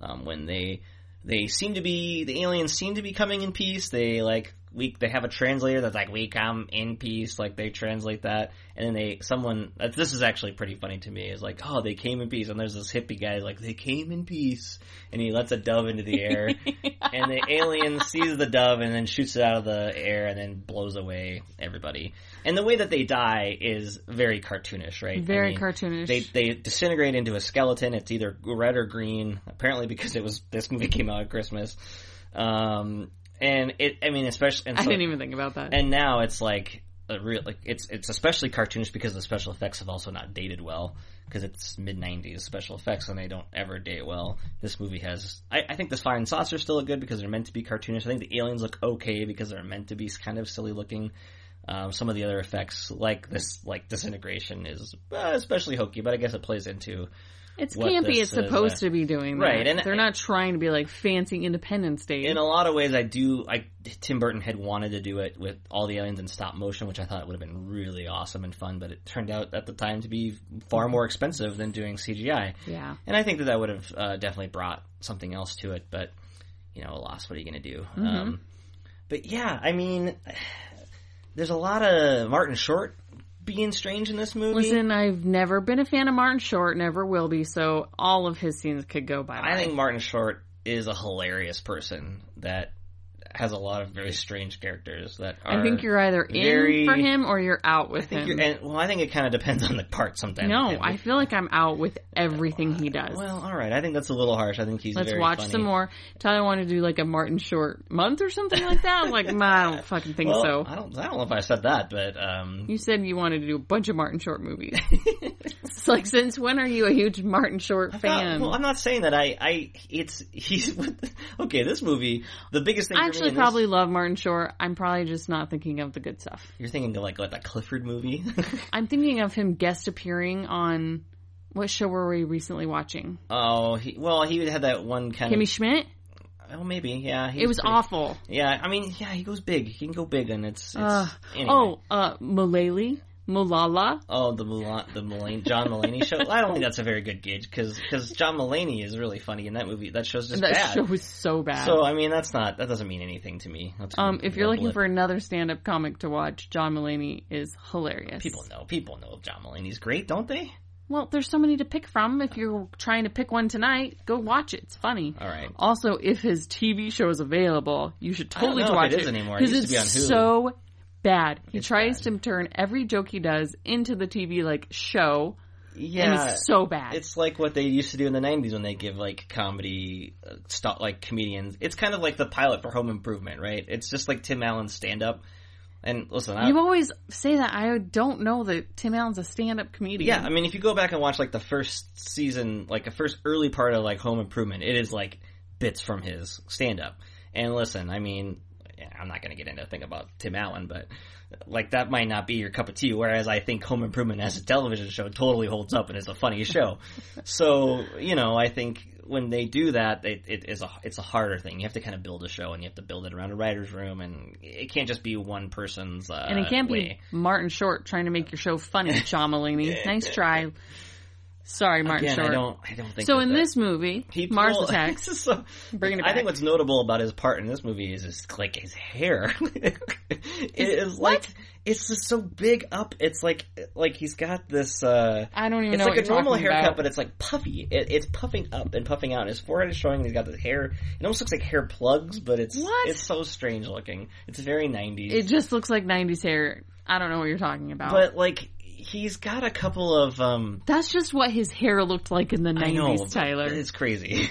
Speaker 2: Um, when they they seem to be the aliens seem to be coming in peace. They like we they have a translator that's like we come in peace like they translate that and then they someone uh, this is actually pretty funny to me is like oh they came in peace and there's this hippie guy like they came in peace and he lets a dove into the air and the alien sees the dove and then shoots it out of the air and then blows away everybody and the way that they die is very cartoonish right I
Speaker 1: Very
Speaker 2: mean,
Speaker 1: cartoonish.
Speaker 2: they they disintegrate into a skeleton it's either red or green apparently because it was this movie came out at Christmas um and it I mean especially and
Speaker 1: I
Speaker 2: so-
Speaker 1: didn't even think about that.
Speaker 2: and now it's like a real like it's it's especially cartoonish because the special effects have also not dated well because it's mid '90s special effects and they don't ever date well. This movie has I, I think the flying saucer is still good because they're meant to be cartoonish. I think the aliens look okay because they're meant to be kind of silly looking. Um, some of the other effects like this like disintegration is uh, especially hokey, but I guess it plays into
Speaker 1: it's
Speaker 2: what
Speaker 1: campy. It's
Speaker 2: this is,
Speaker 1: supposed
Speaker 2: uh,
Speaker 1: to be doing that.
Speaker 2: right, and-
Speaker 1: they're not trying to be like fancy Independence Day.
Speaker 2: in a lot of ways, I do. I Tim Burton had wanted to do it with all the aliens in stop motion, which I thought would have been really awesome and fun, but it turned out at the time to be far more expensive than doing CGI.
Speaker 1: yeah.
Speaker 2: And I think that that would have uh, definitely brought something else to it, but you know, loss. What are you going to do?
Speaker 1: Mm-hmm.
Speaker 2: Um, but yeah, I mean, there's a lot of Martin Short being strange in this movie.
Speaker 1: Listen, I've never been a fan of Martin Short, never will be, so all of his scenes could go by.
Speaker 2: I think Martin Short is a hilarious person that has a lot of very strange characters that are.
Speaker 1: I think you're either in
Speaker 2: very-
Speaker 1: for him or you're out with
Speaker 2: I think
Speaker 1: him.
Speaker 2: you're- and, well, I think it kind of depends on the part sometimes.
Speaker 1: no,
Speaker 2: with him.
Speaker 1: I feel like I'm out with everything he does.
Speaker 2: Well, all right. I think that's a little harsh. I think he's.
Speaker 1: Let's
Speaker 2: very
Speaker 1: watch
Speaker 2: funny.
Speaker 1: some more. Tyler wanted to do like a Martin Short month or something like that. I'm like, nah, I don't fucking think
Speaker 2: Well,
Speaker 1: so.
Speaker 2: I don't. I don't know if I said that, but um,
Speaker 1: You said you wanted to do a bunch of Martin Short movies. it's like, since when are you a huge Martin Short fan?
Speaker 2: not- well, I'm not saying that. I. I. It's. He's. Okay. This movie. The biggest thing. for
Speaker 1: I
Speaker 2: me
Speaker 1: actually
Speaker 2: in this-
Speaker 1: probably love Martin Short. I'm probably just not thinking of the good stuff.
Speaker 2: you're thinking of like what that Clifford movie.
Speaker 1: I'm thinking of him guest appearing on what show were we recently watching?
Speaker 2: oh. He, well, he had that one kind
Speaker 1: Kimmy Schmidt.
Speaker 2: of. Oh, maybe. Yeah. he
Speaker 1: It was
Speaker 2: pretty-
Speaker 1: awful.
Speaker 2: Yeah. I mean. Yeah. He goes big. He can go big, and it's. it's
Speaker 1: Ugh.
Speaker 2: anyway.
Speaker 1: Oh, uh, Mulaley, Mulala.
Speaker 2: Oh, the Mulan, the Mulan, John Mulaney show. I don't think that's a very good gauge because John Mulaney is really funny in that movie. That show's just
Speaker 1: That
Speaker 2: bad.
Speaker 1: show was so bad.
Speaker 2: so I mean, that's not that doesn't mean anything to me. That's
Speaker 1: um, if you're
Speaker 2: a
Speaker 1: looking
Speaker 2: blip.
Speaker 1: for another stand-up comic to watch, John Mulaney is hilarious.
Speaker 2: people know people know John Mulaney's great, don't they?
Speaker 1: Well, there's so many to pick from. If you're trying to pick one tonight, go watch it. It's funny.
Speaker 2: All right.
Speaker 1: Also, if his TV show is available, you should
Speaker 2: don't
Speaker 1: totally
Speaker 2: know if
Speaker 1: watch
Speaker 2: it is anymore. It
Speaker 1: because
Speaker 2: used to
Speaker 1: it's
Speaker 2: be on Hulu.
Speaker 1: so bad. He tries
Speaker 2: bad.
Speaker 1: to turn every joke he does into the TV like show, and
Speaker 2: Yeah,
Speaker 1: it's so bad.
Speaker 2: it's like what they used to do in the '90s when they give like comedy uh, stop like comedians. It's kind of like the pilot for Home Improvement, right? It's just like Tim Allen's stand up. And listen, I,
Speaker 1: you always say that. I don't know that Tim Allen's a stand-up comedian.
Speaker 2: Yeah, I mean, if you go back and watch like the first season, like the first early part of like Home Improvement, it is like bits from his stand up. And listen, I mean, I'm not going to get into a thing about Tim Allen, but like that might not be your cup of tea. Whereas I think Home Improvement as a television show totally holds up and is a funny show. so you know, I think when they do that, it, it is a it's a harder thing. You have to kind of build a show and you have to build it around a writer's room, and it can't just be one person's. Uh,
Speaker 1: and it can't be
Speaker 2: way.
Speaker 1: Martin Short trying to make your show funny, John Mulaney. nice try. Sorry, Martin
Speaker 2: Again,
Speaker 1: Short.
Speaker 2: I don't. I don't think.
Speaker 1: so
Speaker 2: that
Speaker 1: in
Speaker 2: that-
Speaker 1: this movie,
Speaker 2: He
Speaker 1: Mars
Speaker 2: pulled-
Speaker 1: Attacks.
Speaker 2: so,
Speaker 1: Bringing it
Speaker 2: I think
Speaker 1: back.
Speaker 2: what's notable about his part in this movie is his like his hair. it is like it's just so big up. It's like like he's got this. uh
Speaker 1: I don't even
Speaker 2: It's
Speaker 1: know
Speaker 2: like
Speaker 1: what
Speaker 2: a
Speaker 1: you're
Speaker 2: normal
Speaker 1: talking
Speaker 2: haircut,
Speaker 1: about.
Speaker 2: but it's like puffy. It, it's puffing up and puffing out. His forehead is showing. He's got the hair. It almost looks like hair plugs, but it's
Speaker 1: What?
Speaker 2: it's so strange looking. It's very nineties.
Speaker 1: It just looks like 90s hair. I don't know what you're talking about.
Speaker 2: but like he's got a couple of um
Speaker 1: that's just what his hair looked like in the 90s,
Speaker 2: I know,
Speaker 1: Tyler.
Speaker 2: It's crazy.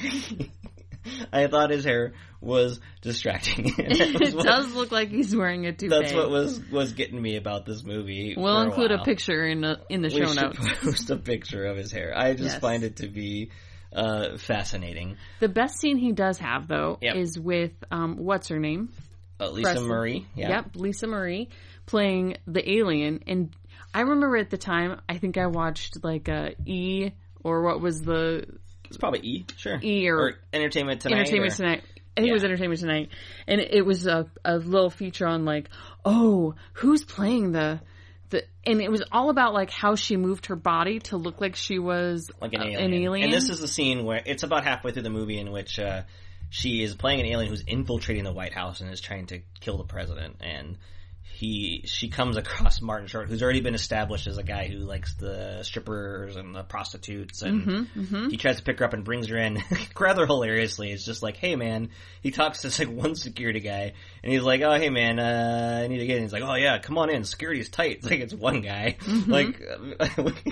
Speaker 2: I thought his hair was distracting. That was
Speaker 1: it
Speaker 2: what-
Speaker 1: does look like he's wearing a toupee.
Speaker 2: That's what was was getting me about this movie.
Speaker 1: we'll
Speaker 2: for
Speaker 1: include a
Speaker 2: while.
Speaker 1: picture in the in the
Speaker 2: We
Speaker 1: show
Speaker 2: should
Speaker 1: notes.
Speaker 2: post a picture of his hair. I just
Speaker 1: Yes.
Speaker 2: find it to be uh, fascinating.
Speaker 1: The best scene he does have though
Speaker 2: Yep.
Speaker 1: is with um what's her name?
Speaker 2: Uh, Lisa
Speaker 1: Presley.
Speaker 2: Marie. Yeah.
Speaker 1: Yep, Lisa Marie playing the alien and I remember at the time I think I watched like a E or what was the
Speaker 2: It's probably E. Sure.
Speaker 1: E or-
Speaker 2: Entertainment Tonight.
Speaker 1: Entertainment
Speaker 2: or-
Speaker 1: Tonight. I think it was
Speaker 2: Yeah.
Speaker 1: Entertainment Tonight, and it was a, a little feature on like, oh, who's playing the the, and it was all about like how she moved her body to look like she was
Speaker 2: like an
Speaker 1: uh,
Speaker 2: alien. And this is the scene where it's about halfway through the movie in which uh, she is playing an alien who's infiltrating the White House and is trying to kill the president. And he she comes across Martin Short, who's already been established as a guy who likes the strippers and the prostitutes, and
Speaker 1: Mm-hmm.
Speaker 2: he tries to pick her up and brings her in. Rather hilariously, it's just like, "Hey, man." He talks to this like one security guy, and he's like, "Oh, hey, man, uh, I need to get in." He's like, "Oh yeah, come on in. Security's tight." It's like it's one guy. Like, uh,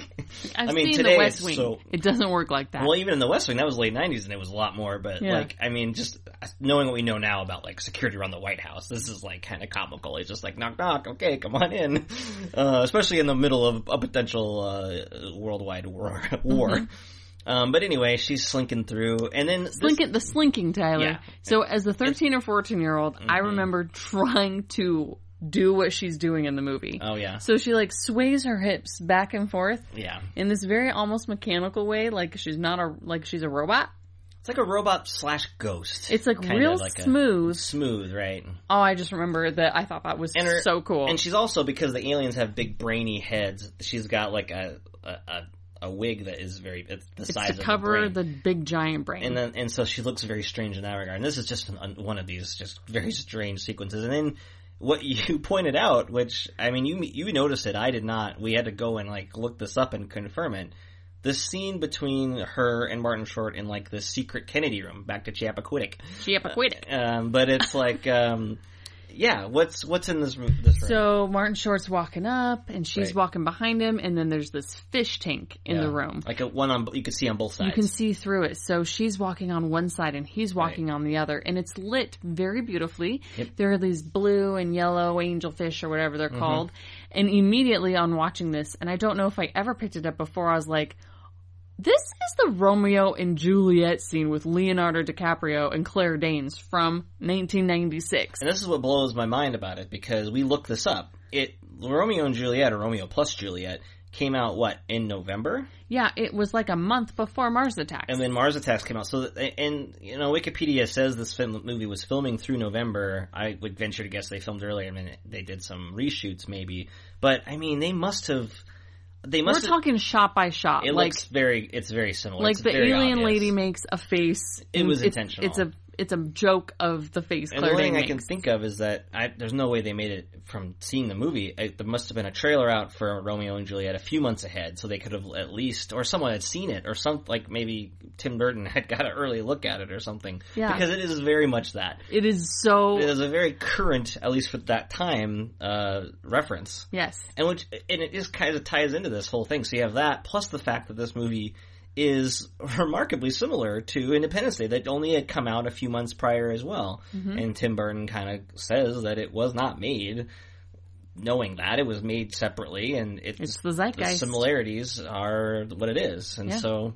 Speaker 1: I've
Speaker 2: I mean,
Speaker 1: seen
Speaker 2: today
Speaker 1: the West
Speaker 2: it's
Speaker 1: Wing.
Speaker 2: so
Speaker 1: It doesn't work like that.
Speaker 2: well, even in the West Wing, that was late '90s, and it was a lot more. But
Speaker 1: Yeah.
Speaker 2: like, I mean, just knowing what we know now about like security around the White House, this is like kind of comical. It's just like knock knock, okay, come on in. Uh, especially in the middle of a potential uh, worldwide war. war.
Speaker 1: Mm-hmm.
Speaker 2: Um, but anyway, she's slinking through, and then this-
Speaker 1: Slinking, the slinking, Tyler.
Speaker 2: Yeah. Mm-hmm.
Speaker 1: So as a 13 or 14 year old, I remember trying to do what she's doing in the movie.
Speaker 2: oh yeah,
Speaker 1: So she like sways her hips back and forth
Speaker 2: yeah,
Speaker 1: in this very almost mechanical way, like she's not a, like she's a robot.
Speaker 2: it's like a robot slash ghost.
Speaker 1: It's like
Speaker 2: Kinda
Speaker 1: real
Speaker 2: like a-
Speaker 1: smooth.
Speaker 2: smooth, right?
Speaker 1: oh, I just remember that I thought that was
Speaker 2: And her-
Speaker 1: so cool.
Speaker 2: And she's also because the aliens have big brainy heads. She's got like a a, a, a wig that is very it's the
Speaker 1: it's
Speaker 2: size
Speaker 1: to
Speaker 2: of a
Speaker 1: cover
Speaker 2: brain.
Speaker 1: the big giant brain.
Speaker 2: and then and so she looks very strange in that regard. And this is just an, one of these just very strange sequences. And then what you pointed out, which I mean, you you noticed it. I did not. We had to go and like look this up and confirm it. The scene between her and Martin Short in like the secret Kennedy room, back to Chappaquiddick.
Speaker 1: she had to quit it.
Speaker 2: Um, but it's like, um, yeah, what's what's in this room? This room?
Speaker 1: So Martin Short's walking up, and she's
Speaker 2: Right.
Speaker 1: walking behind him, and then there's this fish tank in the
Speaker 2: Yeah.
Speaker 1: room.
Speaker 2: like a one on you can see on both sides.
Speaker 1: You can see through it. So she's walking on one side and he's walking on the other. And it's lit very beautifully. There are these blue and yellow angelfish or whatever
Speaker 2: Mm-hmm.
Speaker 1: they're called. And immediately on watching this, and I don't know if I ever picked it up before, I was like, this is the Romeo and Juliet scene with Leonardo DiCaprio and Claire Danes from 1996.
Speaker 2: And this is what blows my mind about it because we looked this up. It Romeo and Juliet or Romeo plus Juliet came out what in November,
Speaker 1: Yeah, it was like a month before Mars Attacks.
Speaker 2: and then Mars Attacks came out. So that- and you know Wikipedia says this film, movie was filming through November. I would venture to guess they filmed earlier. I mean they did some reshoots maybe, but I mean they must have. They
Speaker 1: We're
Speaker 2: must. have,
Speaker 1: talking shot by shot.
Speaker 2: it
Speaker 1: like,
Speaker 2: looks very. It's very similar.
Speaker 1: like
Speaker 2: It's
Speaker 1: the
Speaker 2: very
Speaker 1: alien
Speaker 2: obvious.
Speaker 1: lady makes a face.
Speaker 2: It was
Speaker 1: It's-
Speaker 2: intentional.
Speaker 1: It's a it's a joke of the face
Speaker 2: And
Speaker 1: Claire
Speaker 2: the only thing
Speaker 1: Danes
Speaker 2: I can
Speaker 1: makes.
Speaker 2: think of is that I, there's no way they made it from seeing the movie. I, there must have been a trailer out for Romeo and Juliet a few months ahead, so they could have at least, or someone had seen it, or some like maybe Tim Burton had got an early look at it or something.
Speaker 1: Yeah.
Speaker 2: because it is very much that.
Speaker 1: It is so
Speaker 2: It is a very current, at least for that time, uh, reference,
Speaker 1: yes.
Speaker 2: and which and it just kind of ties into this whole thing. So you have that, plus the fact that this movie is remarkably similar to Independence Day that only had come out a few months prior as well.
Speaker 1: Mm-hmm.
Speaker 2: And Tim Burton kind of says that it was not made knowing that it was made separately and it's,
Speaker 1: It's the zeitgeist.
Speaker 2: similarities are what it is. And
Speaker 1: Yeah.
Speaker 2: so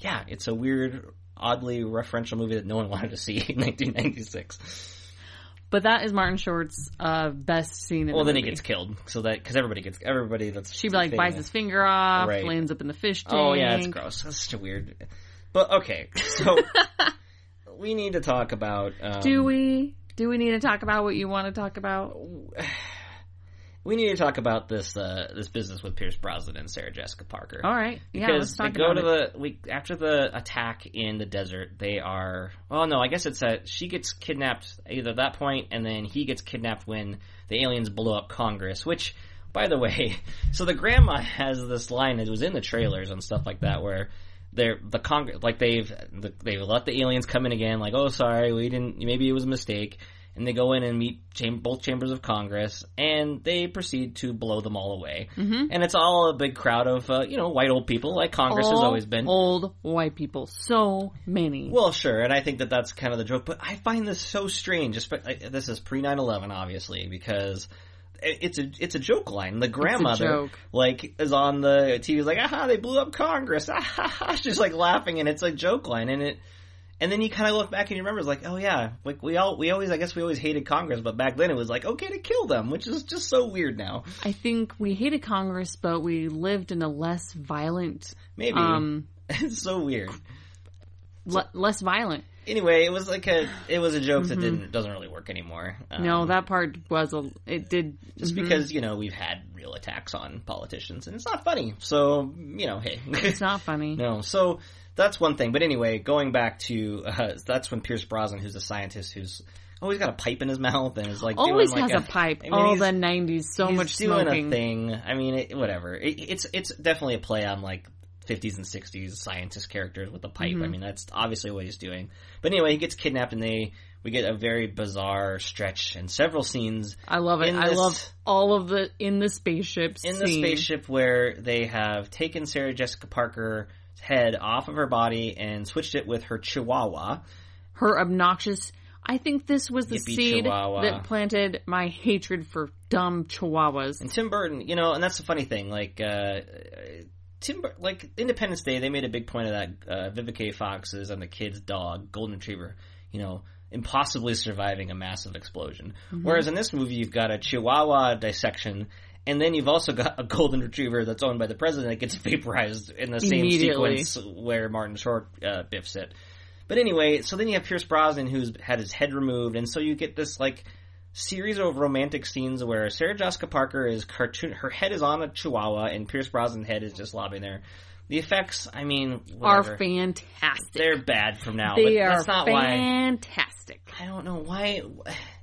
Speaker 2: yeah, it's a weird oddly referential movie that no one wanted to see in 1996.
Speaker 1: But that is Martin Short's uh, best scene. In
Speaker 2: Well,
Speaker 1: the
Speaker 2: then he
Speaker 1: movie.
Speaker 2: gets killed. So that cuz everybody gets everybody that's
Speaker 1: She like
Speaker 2: famous.
Speaker 1: buys his finger off,
Speaker 2: Right.
Speaker 1: lands up in the fish tank.
Speaker 2: Oh yeah, it's gross. That's such a weird. But okay, so we need to talk about. Um,
Speaker 1: Do we do we need to talk about what you want to talk about?
Speaker 2: we need to talk about this uh, this business with Pierce Brosnan and Sarah Jessica Parker.
Speaker 1: All right, Oh, yeah, let's
Speaker 2: because
Speaker 1: talk
Speaker 2: they go
Speaker 1: about
Speaker 2: to
Speaker 1: it.
Speaker 2: the we after the attack in the desert. They are well, no, I guess it's that she gets kidnapped either at that point, and then he gets kidnapped when the aliens blow up Congress. Which, by the way, so the grandma has this line that was in the trailers and stuff like that, where they're the Congress like they've the, they've let the aliens come in again. Like, oh, sorry, we didn't. Maybe it was a mistake. And they go in and meet cham- both chambers of Congress, and they proceed to blow them all away. Mm-hmm. And it's all a big crowd of uh, you know white old people, like Congress has
Speaker 1: All
Speaker 2: always been.
Speaker 1: old white people. So many.
Speaker 2: Well, sure, and I think that that's kind of the joke, but I find this so strange. Espe- like, This is pre 9-11, obviously, because it- it's a it's a joke line. The grandmother
Speaker 1: joke.
Speaker 2: like is on the TV, is like, "Aha, they blew up Congress!" Aha, she's like laughing, and it's a joke line, and it. And then you kind of look back and you remember, it's like, oh yeah, like we all we always I guess we always hated Congress, but back then it was like okay to kill them, which is just so weird now.
Speaker 1: I think we hated Congress, but we lived in a less violent,
Speaker 2: Maybe
Speaker 1: um,
Speaker 2: it's so weird.
Speaker 1: le- less violent.
Speaker 2: Anyway, it was like a it was a joke that didn't doesn't really work anymore. Um,
Speaker 1: mm-hmm. No, that part was a. It did. mm-hmm.
Speaker 2: just because you know we've had real attacks on politicians and it's not funny so you know hey
Speaker 1: It's not funny.
Speaker 2: no so that's one thing. But anyway, going back to uh, that's when Pierce Brosnan, who's a scientist, who's always got a pipe in his mouth and is like
Speaker 1: Always
Speaker 2: doing,
Speaker 1: has
Speaker 2: like,
Speaker 1: a, pipe.
Speaker 2: I mean,
Speaker 1: All
Speaker 2: he's-
Speaker 1: the '90s, so
Speaker 2: he's
Speaker 1: much
Speaker 2: doing
Speaker 1: smoking.
Speaker 2: a thing. I mean, it, whatever. It, it's it's definitely a play on like 50s and 60s scientist characters with a pipe.
Speaker 1: Mm-hmm.
Speaker 2: I mean, that's obviously what he's doing. But anyway, he gets kidnapped, and they we get a very bizarre stretch and several scenes
Speaker 1: I love it.
Speaker 2: in
Speaker 1: I
Speaker 2: this-
Speaker 1: love all of the in the spaceship
Speaker 2: in the
Speaker 1: scene.
Speaker 2: spaceship where they have taken Sarah Jessica Parker's head off of her body and switched it with her chihuahua.
Speaker 1: Her obnoxious. I think this was the
Speaker 2: Yippee
Speaker 1: seed
Speaker 2: Chihuahua.
Speaker 1: that planted my hatred for dumb chihuahuas.
Speaker 2: And Tim Burton, you know, and that's the funny thing, like, uh, Tim, Bur- like, Independence Day, they made a big point of that, uh, Vivica A. Fox's and the kid's dog, Golden Retriever, you know, impossibly surviving a massive explosion.
Speaker 1: Mm-hmm.
Speaker 2: Whereas in this movie, you've got a Chihuahua dissection, and then you've also got a Golden Retriever that's owned by the president that gets vaporized in the same
Speaker 1: Immediately.
Speaker 2: sequence where Martin Short, uh, biffs it. But anyway, so then you have Pierce Brosnan who's had his head removed, and so you get this, like, series of romantic scenes where Sarah Jessica Parker is cartoon. Her head is on a chihuahua, and Pierce Brosnan's head is just lobbing there. The effects, I mean, whatever.
Speaker 1: Are fantastic.
Speaker 2: They're bad from now,
Speaker 1: They
Speaker 2: but
Speaker 1: are
Speaker 2: that's not why.
Speaker 1: fantastic.
Speaker 2: I don't know why.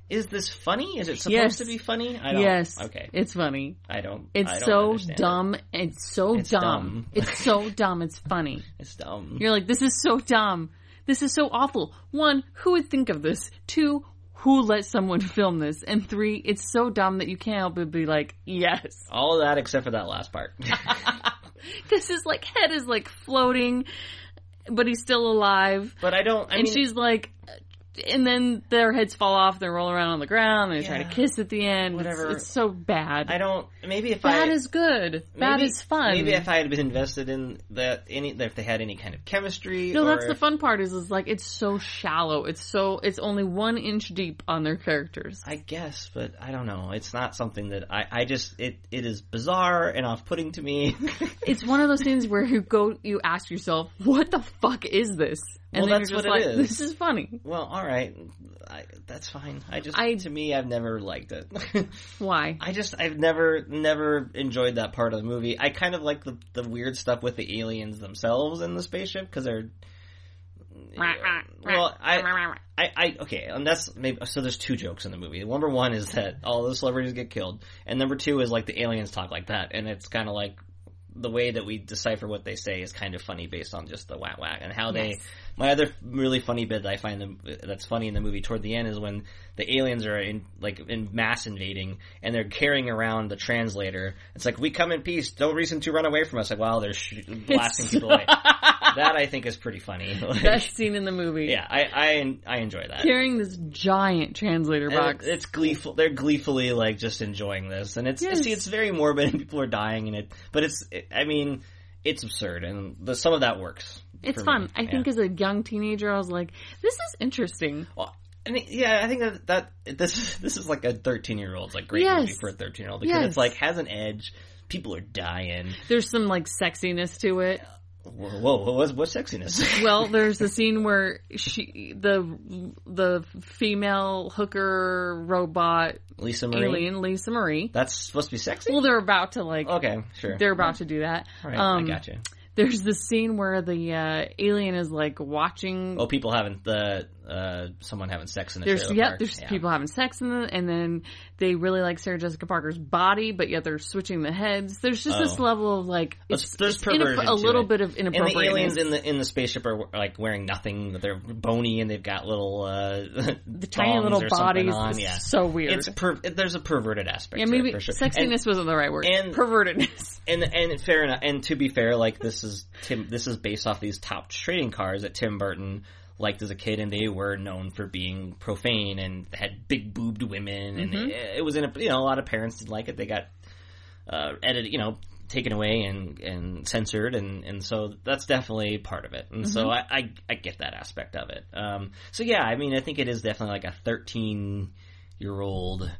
Speaker 2: Is this funny? Is it supposed
Speaker 1: Yes.
Speaker 2: to be funny? I don't.
Speaker 1: Yes.
Speaker 2: Okay.
Speaker 1: It's funny.
Speaker 2: I don't. I
Speaker 1: It's
Speaker 2: don't
Speaker 1: so
Speaker 2: understand it.
Speaker 1: dumb. It's so
Speaker 2: It's
Speaker 1: dumb.
Speaker 2: dumb.
Speaker 1: It's so dumb. It's funny.
Speaker 2: It's dumb.
Speaker 1: You're like, this is so dumb. This is so awful. One, who would think of this? Two, who let someone film this? And three, it's so dumb that you can't help but be like, yes.
Speaker 2: All of that except for that last part.
Speaker 1: Because his like head is like floating, but he's still alive.
Speaker 2: but I don't. I
Speaker 1: and
Speaker 2: mean,
Speaker 1: she's like, and then their heads fall off. They roll around on the ground. And they try
Speaker 2: Yeah.
Speaker 1: to kiss at the end. It's-
Speaker 2: Whatever.
Speaker 1: It's, so bad.
Speaker 2: I don't. Maybe if I
Speaker 1: Bad is good. Bad
Speaker 2: maybe-
Speaker 1: is fun.
Speaker 2: Maybe if I had been invested in that, any if they had any kind of chemistry.
Speaker 1: No,
Speaker 2: or
Speaker 1: that's the
Speaker 2: if-
Speaker 1: fun part. Is is like it's so shallow. It's so it's only one inch deep on their characters.
Speaker 2: I guess, but I don't know. It's not something that I, I just it it is bizarre and off putting to me.
Speaker 1: It's one of those things where you go, you ask yourself, "What the fuck is this?" And
Speaker 2: Well,
Speaker 1: then
Speaker 2: that's
Speaker 1: you're just
Speaker 2: what
Speaker 1: like,
Speaker 2: it is.
Speaker 1: "This is funny."
Speaker 2: well, all right, I, that's fine. I just
Speaker 1: I-
Speaker 2: to me, I've never liked it.
Speaker 1: Why?
Speaker 2: I just I've never never enjoyed that part of the movie. I kind of like the the weird stuff with the aliens themselves in the spaceship because they're well, I, I, I, okay, and that's maybe, so there's two jokes in the movie. Number one is that all the celebrities get killed, and number two is like the aliens talk like that, and it's kind of like the way that we decipher what they say is kind of funny based on just the whack whack and how they. My other really funny bit that I find them, that's funny in the movie toward the end is when the aliens are in like in mass invading and they're carrying around the translator. It's like we come in peace, no reason to run away from us. Like wow, they're sh- blasting people away. That I think is pretty funny. Like,
Speaker 1: Best scene in the movie.
Speaker 2: yeah, I I, I enjoy that.
Speaker 1: Carrying this giant translator
Speaker 2: And
Speaker 1: box.
Speaker 2: It's gleeful. They're gleefully like just enjoying this, and it's
Speaker 1: Yes.
Speaker 2: see, it's very morbid, and people are dying in it. But it's, I mean, it's absurd, and the, some of that works.
Speaker 1: It's
Speaker 2: for
Speaker 1: fun.
Speaker 2: me.
Speaker 1: I think
Speaker 2: Yeah.
Speaker 1: as a young teenager, I was like, "This is interesting."
Speaker 2: Well, I mean, yeah, I think that, that this this is like a thirteen year old's like great
Speaker 1: Yes.
Speaker 2: movie for a thirteen year old because
Speaker 1: Yes.
Speaker 2: it's like has an edge. People are dying.
Speaker 1: There's some like sexiness to it.
Speaker 2: Whoa, whoa what's, what's sexiness?
Speaker 1: Well, there's the scene where she, the the female hooker robot
Speaker 2: Lisa Marie.
Speaker 1: alien Lisa Marie.
Speaker 2: That's supposed to be sexy.
Speaker 1: Well, they're about to like
Speaker 2: okay, sure.
Speaker 1: they're um, about to do that.
Speaker 2: Oh, All right, I gotcha.
Speaker 1: There's the scene where the uh, alien is like watching.
Speaker 2: Oh, people having the uh, someone having sex in the
Speaker 1: there's
Speaker 2: trailer
Speaker 1: yep,
Speaker 2: park.
Speaker 1: there's
Speaker 2: Yeah.
Speaker 1: people having sex in the, and then they really like Sarah Jessica Parker's body, but yet they're switching the heads. There's just this
Speaker 2: Oh.
Speaker 1: level of like it's,
Speaker 2: there's
Speaker 1: it's inappro-
Speaker 2: perversion
Speaker 1: a
Speaker 2: to
Speaker 1: little
Speaker 2: it.
Speaker 1: bit of
Speaker 2: And the
Speaker 1: inappropriate.
Speaker 2: aliens in the in the spaceship are like wearing nothing. They're bony and they've got little uh, the
Speaker 1: tiny little bodies.
Speaker 2: On.
Speaker 1: It's
Speaker 2: Yeah,
Speaker 1: so weird.
Speaker 2: it's per- there's a perverted aspect.
Speaker 1: yeah,
Speaker 2: to it,
Speaker 1: maybe
Speaker 2: for sure.
Speaker 1: sexiness wasn't the right word.
Speaker 2: and-
Speaker 1: Pervertedness.
Speaker 2: And, and and fair enough. And to be fair, like this is Tim. This is based off these top trading cars that Tim Burton liked as a kid, and they were known for being profane and had big boobed women, and it, it was in a you know a lot of parents didn't like it. They got uh, edited, you know, taken away and, and censored, and, and so that's definitely part of it. And so I, I, I get that aspect of it. Um, so yeah, I mean, I think it is definitely like a 13 year old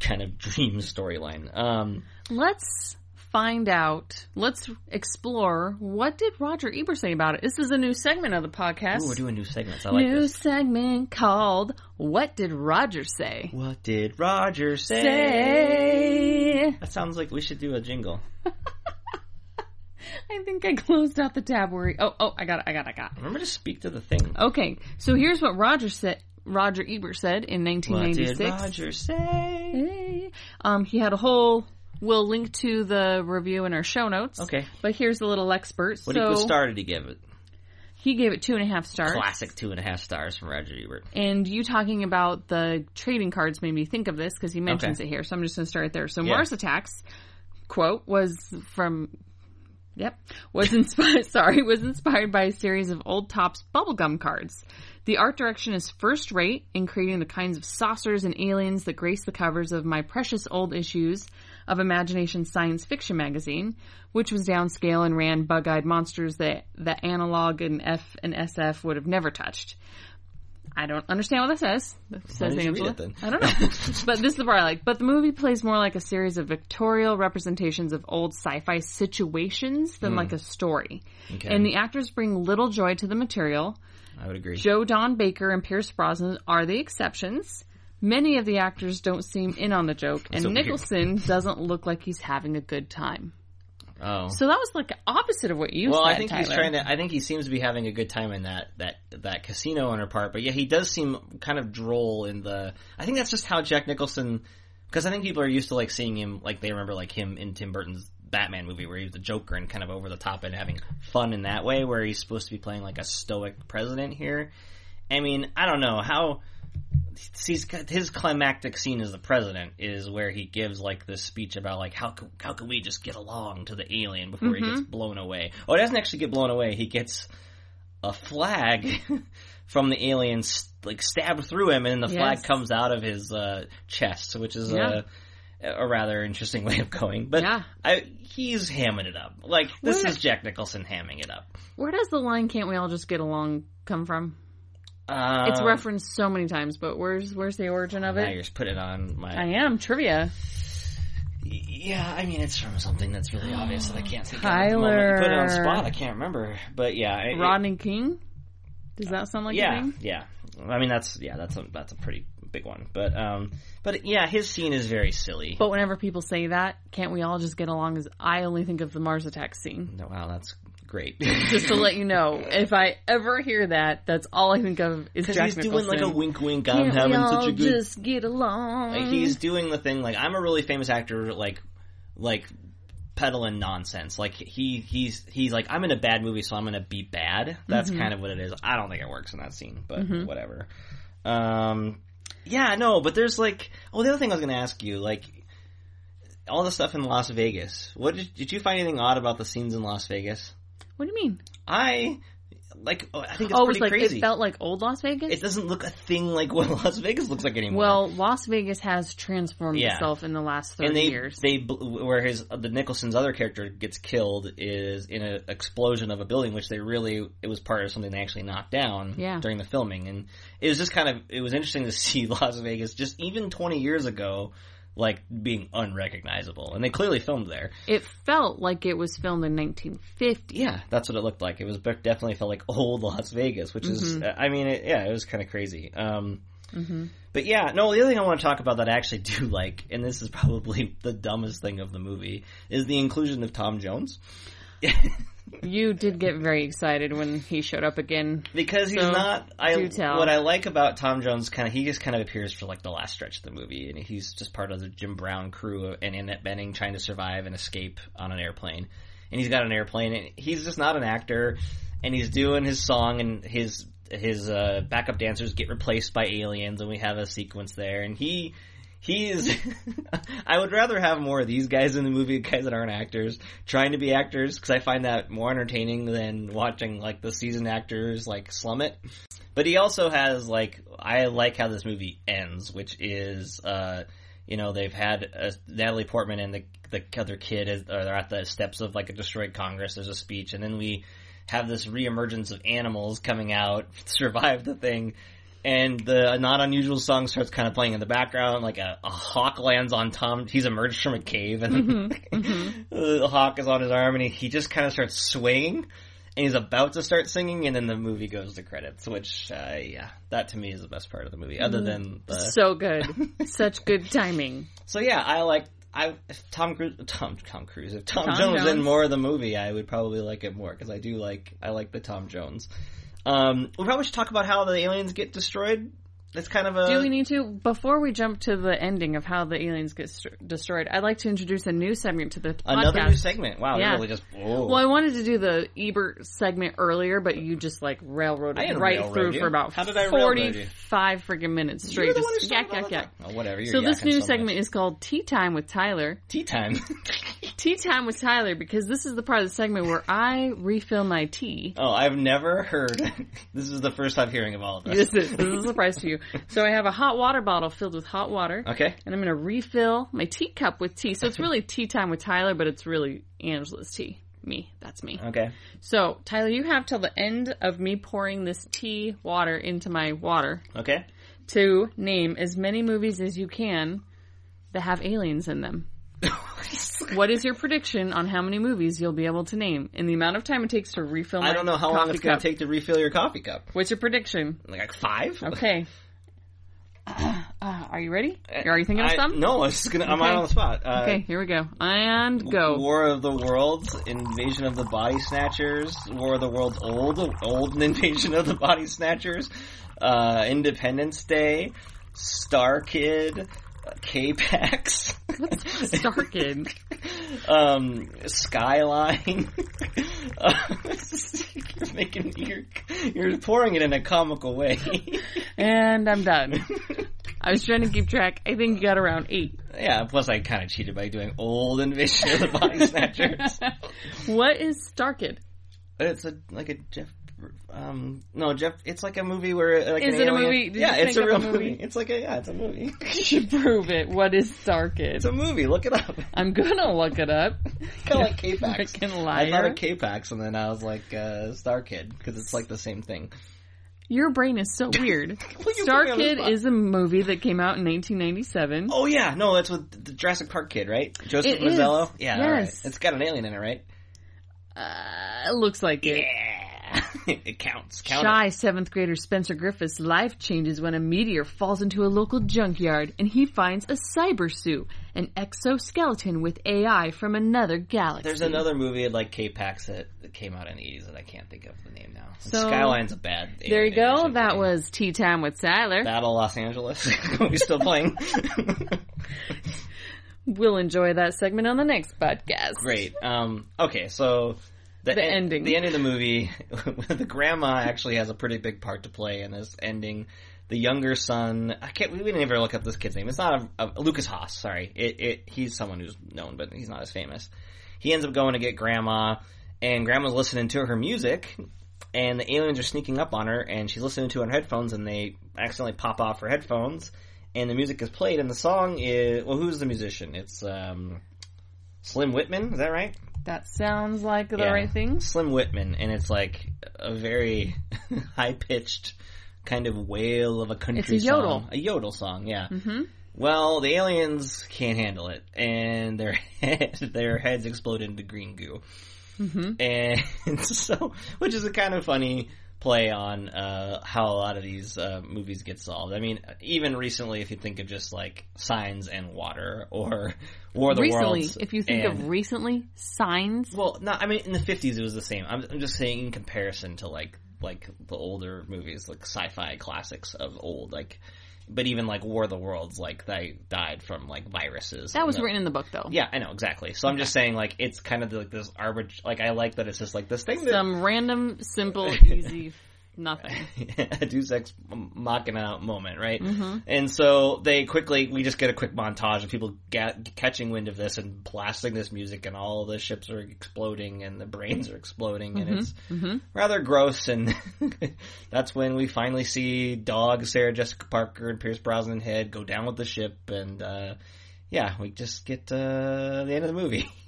Speaker 2: kind of dream storyline. Um,
Speaker 1: Let's find out. Let's explore what did Roger Ebert say about it. This is a new segment of the podcast.
Speaker 2: ooh, we're doing new segments. I like
Speaker 1: new
Speaker 2: this.
Speaker 1: segment called "What Did Roger Say?"
Speaker 2: What did Roger say?
Speaker 1: Say.
Speaker 2: That sounds like we should do a jingle.
Speaker 1: I think I closed out the tab where he, oh, oh, I got it, I got it, I got it.
Speaker 2: Remember to speak to the thing.
Speaker 1: Okay, so here's what Roger said. Roger Ebert said in
Speaker 2: What did
Speaker 1: 1996.
Speaker 2: Roger say?
Speaker 1: Hey. Um, he had a whole. We'll link to the review in our show notes.
Speaker 2: Okay.
Speaker 1: But here's the little expert.
Speaker 2: What
Speaker 1: so
Speaker 2: equal star did he give it?
Speaker 1: he gave it two and a half stars.
Speaker 2: Classic two and a half stars from Roger Ebert.
Speaker 1: And you talking about the trading cards made me think of this because he mentions
Speaker 2: Okay.
Speaker 1: it here. So I'm just going to start there. So
Speaker 2: Yeah.
Speaker 1: Mars Attacks quote was from. Yep, was inspired. sorry, was inspired by a series of old Topps bubblegum cards. The art direction is first rate in creating the kinds of saucers and aliens that grace the covers of my precious old issues of Imagination Science Fiction magazine, which was downscale and ran bug-eyed monsters that the analog and F and SF would have never touched. I don't understand what that says. That says
Speaker 2: did you read
Speaker 1: Angela.
Speaker 2: it then?
Speaker 1: I don't know. but this is the part I like. But the movie plays more like a series of pictorial representations of old sci-fi situations
Speaker 2: Hmm.
Speaker 1: than like a story. And the actors bring little joy to the material.
Speaker 2: I would agree.
Speaker 1: Joe Don Baker and Pierce Brosnan are the exceptions. Many of the actors don't seem in on the joke, and
Speaker 2: so weird.
Speaker 1: Nicholson doesn't look like he's having a good time.
Speaker 2: oh.
Speaker 1: So that was like the opposite of what you
Speaker 2: Well,
Speaker 1: said.
Speaker 2: I think he's
Speaker 1: Tyler.
Speaker 2: trying to. I think he seems to be having a good time in that that that casino owner part. But yeah, he does seem kind of droll in the. I think that's just how Jack Nicholson. Because I think people are used to like seeing him, like they remember like him in Tim Burton's Batman movie where he was the Joker and kind of over the top and having fun in that way, where he's supposed to be playing like a stoic president here. I mean, I don't know how. He's got, his climactic scene as the president is where he gives like this speech about like how can, how can we just get along to the alien before he
Speaker 1: Mm-hmm.
Speaker 2: gets blown away. Oh, he doesn't actually get blown away. He gets a flag from the alien st- like stabbed through him, and then the flag
Speaker 1: Yes.
Speaker 2: comes out of his uh, chest, which is
Speaker 1: Yeah.
Speaker 2: a a rather interesting way of going. But
Speaker 1: Yeah.
Speaker 2: I, he's hamming it up. Like this
Speaker 1: Where-
Speaker 2: is Jack Nicholson hamming it up.
Speaker 1: Where does the line "Can't we all just get along" come from?
Speaker 2: Um,
Speaker 1: It's referenced so many times, but where's whe's the origin of
Speaker 2: Now
Speaker 1: it?
Speaker 2: you're just putting it on my.
Speaker 1: I am trivia.
Speaker 2: Yeah, I mean it's from something that's really obvious that I can't think of. at the moment.
Speaker 1: Tyler.
Speaker 2: You put it on the spot. I can't remember, but yeah, it- it-
Speaker 1: Rodney King. Does that sound like a
Speaker 2: yeah,
Speaker 1: thing?
Speaker 2: yeah. I mean that's yeah that's a that's a pretty big one, but um, but yeah, his scene is very silly.
Speaker 1: But whenever people say that, can't we all just get along? Is I only think of the Mars Attack scene.
Speaker 2: No, wow, that's great.
Speaker 1: Just to let you know, if I ever hear that, that's all I think of is
Speaker 2: Because
Speaker 1: Jack
Speaker 2: he's doing
Speaker 1: Nicholson.
Speaker 2: like a wink, wink. I'm
Speaker 1: Can't we
Speaker 2: having
Speaker 1: all
Speaker 2: such a good
Speaker 1: just get along?
Speaker 2: Like, he's doing the thing like I'm a really famous actor like like peddling nonsense. Like he he's he's like I'm in a bad movie so I'm going to be bad. That's
Speaker 1: Mm-hmm.
Speaker 2: kind of what it is. I don't think it works in that scene, but whatever. Um yeah, no, but there's like oh the other thing I was going to ask you like all the stuff in Las Vegas. What did, did you find anything odd about the scenes in Las Vegas?
Speaker 1: what do you mean?
Speaker 2: I like oh, I think it's
Speaker 1: oh, it was
Speaker 2: pretty
Speaker 1: like
Speaker 2: crazy.
Speaker 1: it felt like old Las Vegas.
Speaker 2: it doesn't look a thing like what Las Vegas looks like anymore.
Speaker 1: well, Las Vegas has transformed
Speaker 2: Yeah.
Speaker 1: itself in the last thirty
Speaker 2: and they
Speaker 1: years.
Speaker 2: they bl- where his the Nicholson's other character gets killed is in an explosion of a building, which they really it was part of something they actually knocked down
Speaker 1: Yeah.
Speaker 2: during the filming, and it was just kind of it was interesting to see Las Vegas just even twenty years ago like being unrecognizable, and they clearly filmed there.
Speaker 1: it felt like it was filmed in 1950.
Speaker 2: Yeah, that's what it looked like. It was but definitely felt like old Las Vegas, which is I mean it, yeah, it was kind of crazy. Um, But yeah, no, the other thing I want to talk about that I actually do like, and this is probably the dumbest thing of the movie, is the inclusion of Tom Jones.
Speaker 1: You did get very excited when he showed up again.
Speaker 2: Because he's
Speaker 1: So,
Speaker 2: not I
Speaker 1: do tell.
Speaker 2: what I like about Tom Jones kind of he just kind of appears for like the last stretch of the movie and he's just part of the Jim Brown crew and Annette Benning trying to survive and escape on an airplane. And he's got an airplane and he's just not an actor and he's doing his song and his his uh, backup dancers get replaced by aliens and we have a sequence there and he he is i would rather have more of these guys in the movie guys that aren't actors trying to be actors because i find that more entertaining than watching like the seasoned actors like slum it but he also has like i like how this movie ends which is uh you know they've had uh, natalie portman and the the other kid is or they're at the steps of like a destroyed congress there's a speech and then we have this reemergence of animals coming out survive the thing and the not unusual song starts kind of playing in the background. Like a, a hawk lands on Tom. He's emerged from a cave, and the hawk is on his arm, and he, he just kind of starts swaying. And he's about to start singing, and then the movie goes to credits. Which, uh, yeah, that to me is the best part of the movie, other than the. So,
Speaker 1: So good. Such good timing.
Speaker 2: yeah, I like I if Tom Cruise, Tom Tom Cruise. If Tom,
Speaker 1: Tom
Speaker 2: Jones, was in
Speaker 1: Jones.
Speaker 2: more of the movie, I would probably like it more because I do like I like the Tom Jones. Um, we probably should talk about how the aliens get destroyed. That's kind of a
Speaker 1: Do we need to before we jump to the ending of how the aliens get st- destroyed? I'd like to introduce a new segment to the
Speaker 2: another
Speaker 1: podcast.
Speaker 2: new segment. Wow, we
Speaker 1: Yeah.
Speaker 2: really just whoa.
Speaker 1: Well, I wanted to do the Ebert segment earlier, but you just like
Speaker 2: I
Speaker 1: railroaded
Speaker 2: didn't
Speaker 1: right
Speaker 2: railroad
Speaker 1: through
Speaker 2: you.
Speaker 1: for about
Speaker 2: How did I railroad you?
Speaker 1: forty-five friggin' minutes straight.
Speaker 2: You're the
Speaker 1: just
Speaker 2: one who started
Speaker 1: yak,
Speaker 2: all
Speaker 1: yak,
Speaker 2: that.
Speaker 1: yak.
Speaker 2: Oh, whatever. you're
Speaker 1: So this
Speaker 2: yakking
Speaker 1: new
Speaker 2: so much.
Speaker 1: segment is called Tea Time with Tyler.
Speaker 2: tea time.
Speaker 1: Tea Time with Tyler because this is the part of the segment where I refill my tea.
Speaker 2: oh, I've never heard. this is the first time hearing of all of this.
Speaker 1: This is, this is a surprise to you. So I have a hot water bottle filled with hot water.
Speaker 2: Okay.
Speaker 1: And I'm going to refill my teacup with tea. So it's really tea time with Tyler, but it's really Angela's tea. Me. That's me.
Speaker 2: Okay.
Speaker 1: So, Tyler, you have till the end of me pouring this tea water into my water
Speaker 2: Okay.
Speaker 1: to name as many movies as you can that have aliens in them. what is your prediction on how many movies you'll be able to name in the amount of time it takes to refill my
Speaker 2: I don't know how long
Speaker 1: coffee
Speaker 2: it's going
Speaker 1: cup?
Speaker 2: to take to refill your coffee cup.
Speaker 1: What's your prediction?
Speaker 2: Like five?
Speaker 1: Okay. Uh, are you ready? Are you thinking of
Speaker 2: I-
Speaker 1: some?
Speaker 2: No, I'm just gonna. I'm
Speaker 1: Okay.
Speaker 2: out on the spot. Uh,
Speaker 1: Okay, here we go. And go.
Speaker 2: War of the Worlds, Invasion of the Body Snatchers, War of the Worlds Old, Old and Invasion of the Body Snatchers, uh, Independence Day, Star Kid, K-Pax,
Speaker 1: Starkin.
Speaker 2: um, Skyline. Uh, you're making you're, you're pouring it in a comical way.
Speaker 1: and I'm done. I was trying to keep track. I think you got around eight.
Speaker 2: yeah. Plus, I kind of cheated by doing Old Invasion of the Body Snatchers.
Speaker 1: What is Starkid?
Speaker 2: It's a like a Jeff. Um, no, Jeff. It's like a movie where like
Speaker 1: Is
Speaker 2: an
Speaker 1: it a
Speaker 2: alien-
Speaker 1: movie? Did
Speaker 2: yeah,
Speaker 1: you
Speaker 2: it's
Speaker 1: make
Speaker 2: a
Speaker 1: up
Speaker 2: real
Speaker 1: a movie?
Speaker 2: movie. It's like a yeah, it's a movie.
Speaker 1: You should prove it. What is
Speaker 2: It's a
Speaker 1: Starkid?
Speaker 2: movie. Look it up.
Speaker 1: I'm gonna look it up.
Speaker 2: kind of like K-Pax.
Speaker 1: Freaking
Speaker 2: I thought
Speaker 1: liar.
Speaker 2: of K-Pax, and then I was like uh, Star Kid because it's like the same thing.
Speaker 1: Your brain is so weird.
Speaker 2: Well, you put me on the
Speaker 1: Starkid
Speaker 2: spot.
Speaker 1: is a movie that came out in 1997.
Speaker 2: Oh yeah, no, that's with the Jurassic Park kid, right? Joseph
Speaker 1: It is.
Speaker 2: Mazzello. Yeah, all right.
Speaker 1: Yes.
Speaker 2: It's got an alien in it, right?
Speaker 1: Uh, it looks like it.
Speaker 2: Yeah, it counts. Count it.
Speaker 1: Shy seventh grader Spencer Griffith's life changes when a meteor falls into a local junkyard and he finds a cyber suit, an exoskeleton with AI from another galaxy.
Speaker 2: There's another movie like K-Pax that that came out in the 80s that I can't think of the name now.
Speaker 1: So-
Speaker 2: Skyline's a bad.
Speaker 1: There you
Speaker 2: alien
Speaker 1: go.
Speaker 2: invasion
Speaker 1: That
Speaker 2: movie.
Speaker 1: was Tea Time with Tyler.
Speaker 2: Battle Los Angeles. we still playing.
Speaker 1: We'll enjoy that segment on the next podcast.
Speaker 2: Great. Um, okay, so the,
Speaker 1: The ending.
Speaker 2: the end of the movie, the grandma actually has a pretty big part to play in this ending. The younger son, I can't. We didn't even look up this kid's name. It's not a, a Lucas Haas. Sorry, it, it. He's someone who's known, but he's not as famous. He ends up going to get grandma, and grandma's listening to her music, and the aliens are sneaking up on her, and she's listening to her headphones, and they accidentally pop off her headphones, and the music is played, and the song is well, who's the musician? It's um, Slim Whitman, is that right?
Speaker 1: That sounds like the
Speaker 2: Yeah.
Speaker 1: right thing.
Speaker 2: Slim Whitman, and it's like a very high pitched kind of wail of a country
Speaker 1: It's a yodel.
Speaker 2: song. A yodel song, yeah. Mm-hmm. Well, the aliens can't handle it, and their head, their heads explode into green goo, mm-hmm. and so which is a kind of funny play on uh, how a lot of these uh, movies get solved. I mean, even recently, if you think of just like Signs and Water or War of the
Speaker 1: recently,
Speaker 2: Worlds,
Speaker 1: if you think
Speaker 2: and-
Speaker 1: of recently, signs.
Speaker 2: well, no, I mean in the fifties it was the same. I'm, I'm just saying in comparison to like like the older movies, like sci-fi classics of old, like. But even like War of the Worlds, like they died from like viruses.
Speaker 1: That was
Speaker 2: And the-
Speaker 1: written in the book, though.
Speaker 2: Yeah, I know exactly. So I'm just saying, like it's kind of like this arbit. Like I like that it's just like this thing that
Speaker 1: Some random, simple, easy, nothing.
Speaker 2: a Deus Ex Machina moment, right?
Speaker 1: Mm-hmm.
Speaker 2: And so they quickly, we just get a quick montage of people ga- catching wind of this and blasting this music, and all the ships are exploding and the brains are exploding,
Speaker 1: Mm-hmm.
Speaker 2: and it's rather gross. And that's when we finally see Dog, Sarah Jessica Parker, and Pierce Brosnan head go down with the ship, and uh, yeah, we just get uh, the end of the movie.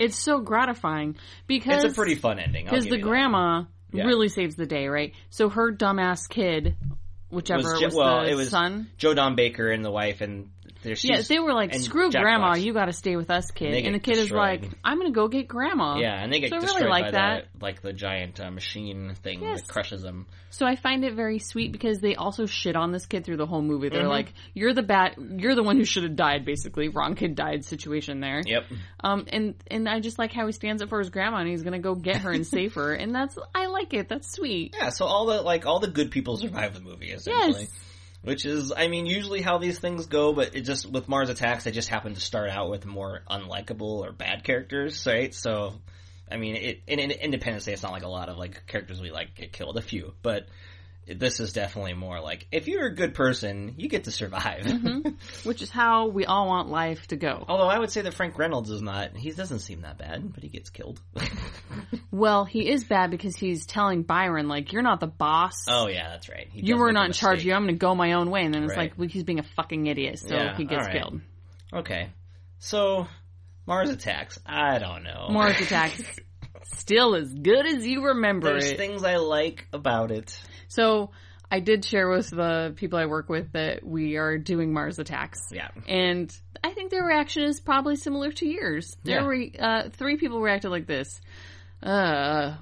Speaker 1: It's so gratifying because
Speaker 2: It's a pretty fun ending. I'll
Speaker 1: because
Speaker 2: give
Speaker 1: the
Speaker 2: you that.
Speaker 1: grandma
Speaker 2: Yeah.
Speaker 1: really saves the day, right? So her dumbass kid,
Speaker 2: It was
Speaker 1: whichever was,
Speaker 2: Je- well,
Speaker 1: the
Speaker 2: it was
Speaker 1: son,
Speaker 2: Joe Don Baker and the wife and There, she's,
Speaker 1: Yeah, they were like,
Speaker 2: and
Speaker 1: "Screw
Speaker 2: Jack
Speaker 1: grandma,
Speaker 2: Black's-
Speaker 1: you got to stay with us, kid."
Speaker 2: They get
Speaker 1: And the kid
Speaker 2: destroyed.
Speaker 1: is like, "I'm gonna go get grandma."
Speaker 2: Yeah, and they get
Speaker 1: so I
Speaker 2: destroyed
Speaker 1: really like
Speaker 2: by
Speaker 1: that.
Speaker 2: that. like the giant uh, machine thing
Speaker 1: Yes.
Speaker 2: that crushes them.
Speaker 1: So I find it very sweet because they also shit on this kid through the whole movie.
Speaker 2: Mm-hmm.
Speaker 1: They're like, "You're the bat. You're the one who should have died." Basically, wrong kid died situation there.
Speaker 2: Yep.
Speaker 1: Um, and and I just like how he stands up for his grandma and he's gonna go get her and save her. And that's I like it. That's sweet.
Speaker 2: Yeah, so all the like all the good people survive the movie essentially.
Speaker 1: Yes.
Speaker 2: Which is, I mean, usually how these things go, but it just with Mars Attacks, they just happen to start out with more unlikable or bad characters, right? So, I mean, it, in, in Independence Day, it's not like a lot of like characters we like get killed, a few, but this is definitely more like if you're a good person, you get to survive.
Speaker 1: Mm-hmm. Which is how we all want life to go.
Speaker 2: Although I would say that Frank Reynolds is not; he doesn't seem that bad, but he gets killed.
Speaker 1: Well, he is bad because he's telling Byron like, "You're not the boss.
Speaker 2: oh yeah, that's right. He
Speaker 1: you
Speaker 2: does
Speaker 1: were
Speaker 2: make a
Speaker 1: not in charge.
Speaker 2: mistake.
Speaker 1: You. I'm gonna go my own way." And then it's
Speaker 2: Right.
Speaker 1: like well, he's being a fucking idiot, so
Speaker 2: Yeah,
Speaker 1: he gets
Speaker 2: all right.
Speaker 1: killed.
Speaker 2: Okay. So, Mars attacks. I don't know.
Speaker 1: Mars attacks. Still as good as you remember
Speaker 2: There's
Speaker 1: it.
Speaker 2: things I like about it.
Speaker 1: So I did share with the people I work with that we are doing Mars attacks.
Speaker 2: Yeah.
Speaker 1: And I think their reaction is probably similar to yours. There
Speaker 2: Yeah.
Speaker 1: were uh, three people reacted like this. Uh,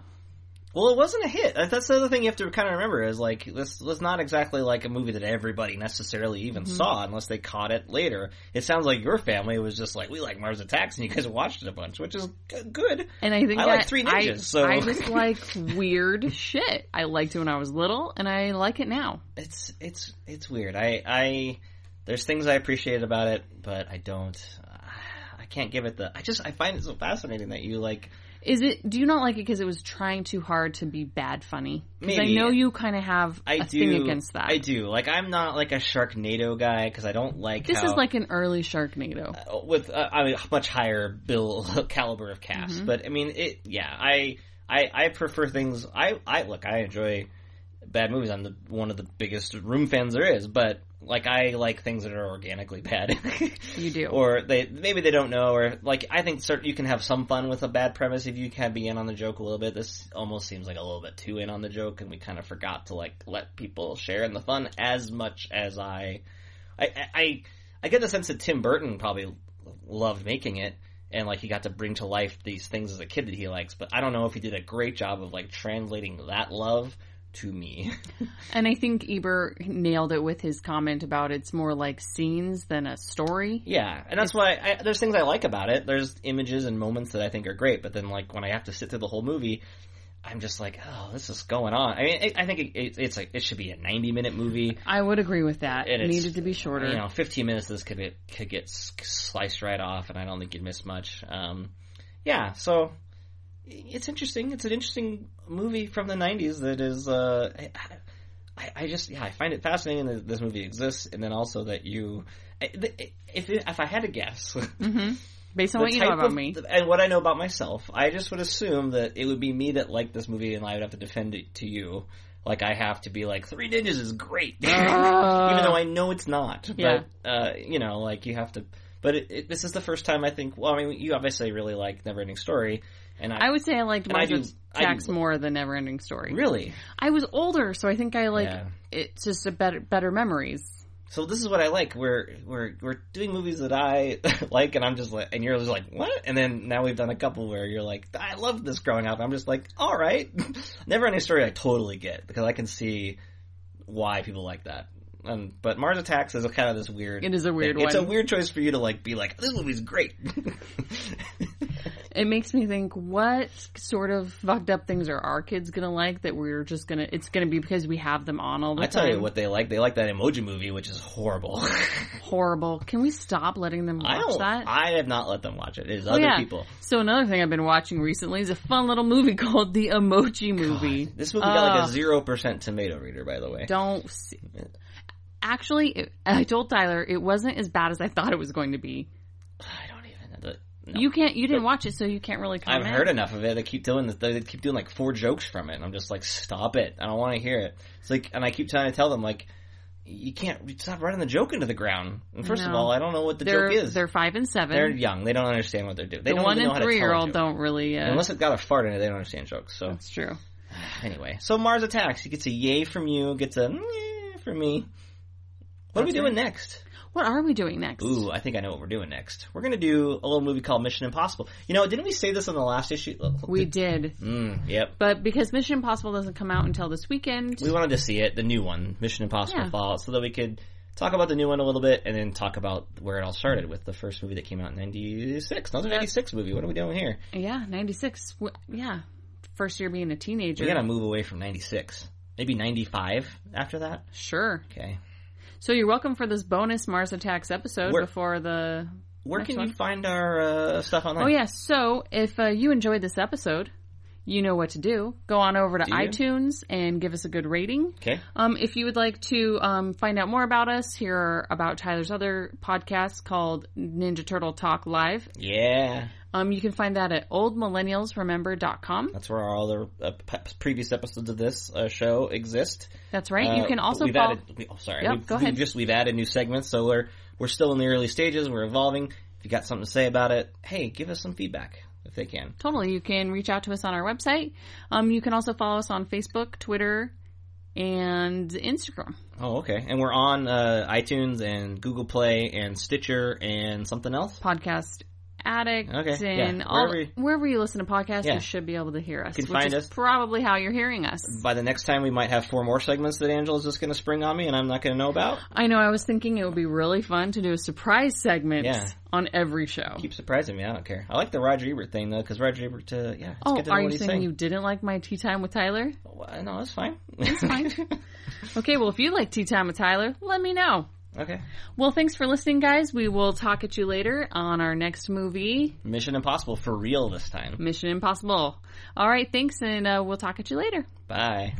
Speaker 2: Well, it wasn't a hit. That- That's the other thing you have to kind of remember is like this was not exactly like a movie that everybody necessarily even saw unless they caught it later. It sounds like your family was just like we like Mars Attacks and you guys watched it a bunch, which is g- good.
Speaker 1: and I think
Speaker 2: I like
Speaker 1: that
Speaker 2: Three
Speaker 1: I-
Speaker 2: Ninjas, so-
Speaker 1: I just like weird shit. I liked it when I was little, and I like it now.
Speaker 2: It's it's it's weird. I I there's things I appreciate about it, but I don't. uh, I can't give it the. I just I find it so fascinating that you like
Speaker 1: Is it? Do you not like it because it was trying too hard to be bad funny? Because I
Speaker 2: Maybe.
Speaker 1: know you kind of have a
Speaker 2: I do
Speaker 1: thing against that.
Speaker 2: I do. Like I'm not like a Sharknado guy because I don't like
Speaker 1: This
Speaker 2: how,
Speaker 1: is like an early Sharknado.
Speaker 2: with uh, I mean much higher bill caliber of cast.
Speaker 1: Mm-hmm.
Speaker 2: But I mean it. Yeah, I I I prefer things. I I look. I enjoy bad movies. I'm the one of the biggest Room fans there is. But like I like things that are organically bad.
Speaker 1: You do.
Speaker 2: or they maybe they don't know or like I think certain you can have some fun with a bad premise if you can be in on the joke a little bit. This almost seems like a little bit too in on the joke, and we kind of forgot to like let people share in the fun as much as I, I, I- I, I get the sense that Tim Burton probably loved making it. And like he got to bring to life these things as a kid that he likes, but I don't know if he did a great job of like translating that love to me.
Speaker 1: And I think Ebert nailed it with his comment about it's more like scenes than a story.
Speaker 2: Yeah, and that's why I, there's things I like about it. There's images and moments that I think are great, but then like when I have to sit through the whole movie, I'm just like, oh, this is going on. I mean, it, I think it, it, it's like it should be a 90 minute movie.
Speaker 1: I would agree with that.
Speaker 2: And
Speaker 1: it
Speaker 2: it's-
Speaker 1: needed to be shorter.
Speaker 2: You know, 15 minutes of this could get, could get s- sliced right off, and I don't think you'd miss much. Um, yeah, so it's interesting. It's an interesting movie from the 90s that is. Uh, I, I, I just yeah, I find it fascinating that this movie exists, and then also that you. I- th- If if I had to guess,
Speaker 1: Mm-hmm. Based on
Speaker 2: the
Speaker 1: what you know
Speaker 2: type
Speaker 1: about
Speaker 2: of-
Speaker 1: me.
Speaker 2: and what I know about myself, I just would assume that it would be me that liked this movie, and I would have to defend it to you. Like I have to be like Three Ninjas is great, even though I know it's not.
Speaker 1: Uh, Yeah.
Speaker 2: But, uh, you know, like you have to. But it, it, this is the first time I think. Well, I mean, you obviously really like Never Ending Story, and I,
Speaker 1: I would say I liked
Speaker 2: And I
Speaker 1: Mars
Speaker 2: do- I
Speaker 1: Attacks
Speaker 2: do-
Speaker 1: more than Never Ending Story.
Speaker 2: really.
Speaker 1: I was older, so I think I like
Speaker 2: Yeah.
Speaker 1: it's just a better better memories.
Speaker 2: So this is what I like. We're we're we're doing movies that I like, and I'm just like, and you're just like, what? And then now we've done a couple where you're like, I loved this growing up. I'm just like, all right. Never any story I totally get because I can see why people like that. Um, but Mars Attacks is a kind of this weird.
Speaker 1: It is a weird
Speaker 2: It's
Speaker 1: one.
Speaker 2: a weird choice for you to like be like, this movie's great.
Speaker 1: It makes me think what sort of fucked up things are our kids gonna like that we're just gonna it's gonna be because we have them on all the
Speaker 2: I
Speaker 1: time.
Speaker 2: tell you what they like. They like that emoji movie, which is horrible.
Speaker 1: Horrible. Can we stop letting them
Speaker 2: I
Speaker 1: watch
Speaker 2: don't.
Speaker 1: that?
Speaker 2: I have not let them watch it. It is
Speaker 1: Oh,
Speaker 2: other
Speaker 1: yeah.
Speaker 2: people.
Speaker 1: So another thing I've been watching recently is a fun little movie called The Emoji Movie.
Speaker 2: This movie got like
Speaker 1: Ugh.
Speaker 2: a zero percent tomato reader, by the way.
Speaker 1: Don't. See. Actually, it, I told Tyler it wasn't as bad as I thought it was going to be.
Speaker 2: I don't even. No.
Speaker 1: You can't. You didn't watch it, so you can't really
Speaker 2: I've
Speaker 1: comment.
Speaker 2: heard enough of it. They keep doing this. They keep doing like four jokes from it, and I'm just like, stop it! I don't want to hear it. It's like, and I keep trying to tell them like, you can't stop running the joke into the ground. And first of
Speaker 1: No.
Speaker 2: all, I don't know what the
Speaker 1: They're
Speaker 2: joke is.
Speaker 1: they're
Speaker 2: They're,
Speaker 1: five and 7
Speaker 2: young. They don't understand what they're doing. They
Speaker 1: Mm-hmm. the
Speaker 2: don't
Speaker 1: one
Speaker 2: even know
Speaker 1: and
Speaker 2: how to
Speaker 1: three year
Speaker 2: tell a
Speaker 1: old
Speaker 2: joke.
Speaker 1: don't really. Uh,
Speaker 2: Unless it's got a fart in it, they don't understand jokes. So
Speaker 1: that's true.
Speaker 2: anyway, so Mars mm, Attacks, you gets a yay from you, gets a meh from me. What are we doing next?
Speaker 1: What are we doing next?
Speaker 2: Ooh, I think I know what we're doing next. We're gonna do a little movie called Mission Impossible. You know, didn't we say this on the last issue?
Speaker 1: we did.
Speaker 2: Mm, yep.
Speaker 1: But because Mission Impossible doesn't come out until this weekend,
Speaker 2: We wanted to see it, the new one, Mission Impossible
Speaker 1: Yeah.
Speaker 2: Fallout, so that we could talk about the new one a little bit and then talk about where it all started with the first movie that came out in 96. Another 96 movie. What are we doing here?
Speaker 1: yeah, 96. W- Yeah. First year being a teenager.
Speaker 2: We gotta move away from 96. Maybe 95 after that?
Speaker 1: Sure.
Speaker 2: Okay.
Speaker 1: So you're welcome for this bonus Mars Attacks episode
Speaker 2: Where-
Speaker 1: before the
Speaker 2: Where
Speaker 1: Next
Speaker 2: can
Speaker 1: one.
Speaker 2: you find our uh, stuff online?
Speaker 1: Oh yeah. So if uh, you enjoyed this episode, you know what to do. Go on over to
Speaker 2: you?
Speaker 1: iTunes and give us a good rating.
Speaker 2: Okay.
Speaker 1: Um, if you would like to um, find out more about us, hear about Tyler's other podcast called Ninja Turtle Talk Live.
Speaker 2: Yeah.
Speaker 1: Um, you can find that at oldmillennialsremember.com.
Speaker 2: That's where all the uh, p- previous episodes of this uh, show exist.
Speaker 1: That's right. you
Speaker 2: Uh,
Speaker 1: can also
Speaker 2: we've
Speaker 1: follow.
Speaker 2: added, we, oh, sorry,
Speaker 1: Yep,
Speaker 2: we've,
Speaker 1: go
Speaker 2: we've
Speaker 1: ahead.
Speaker 2: just we've added new segments, so we're we're still in the early stages. We're evolving. If you got something to say about it, hey, give us some feedback if they can.
Speaker 1: Totally. You can reach out to us on our website. Um, you can also follow us on Facebook, Twitter, and Instagram.
Speaker 2: Oh, okay. And we're on uh, iTunes and Google Play and Stitcher and something else.
Speaker 1: Podcast Addict
Speaker 2: Okay, yeah.
Speaker 1: and all
Speaker 2: Wherever you-
Speaker 1: wherever you listen to podcasts,
Speaker 2: Yeah.
Speaker 1: you should be able to hear us.
Speaker 2: You can
Speaker 1: which
Speaker 2: find
Speaker 1: is
Speaker 2: us.
Speaker 1: probably how you're hearing us.
Speaker 2: By the next time, we might have four more segments that Angela's just going to spring on me, and I'm not going to know about.
Speaker 1: I know I was thinking it would be really fun to do a surprise segment
Speaker 2: Yeah.
Speaker 1: on every show.
Speaker 2: Keep surprising me. I don't care. I like the Roger Ebert thing though, because Roger Ebert, uh, yeah, it's
Speaker 1: oh,
Speaker 2: good to know
Speaker 1: are you
Speaker 2: what he's
Speaker 1: saying, you didn't like my tea time with Tyler?
Speaker 2: Well, no, that's fine. It's
Speaker 1: fine. Okay, well if you like tea time with Tyler, let me know.
Speaker 2: okay.
Speaker 1: Well, thanks for listening, guys. We will talk at you later on our next movie,
Speaker 2: Mission Impossible for real this time.
Speaker 1: Mission Impossible. All right, thanks, and uh, we'll talk at you later.
Speaker 2: Bye.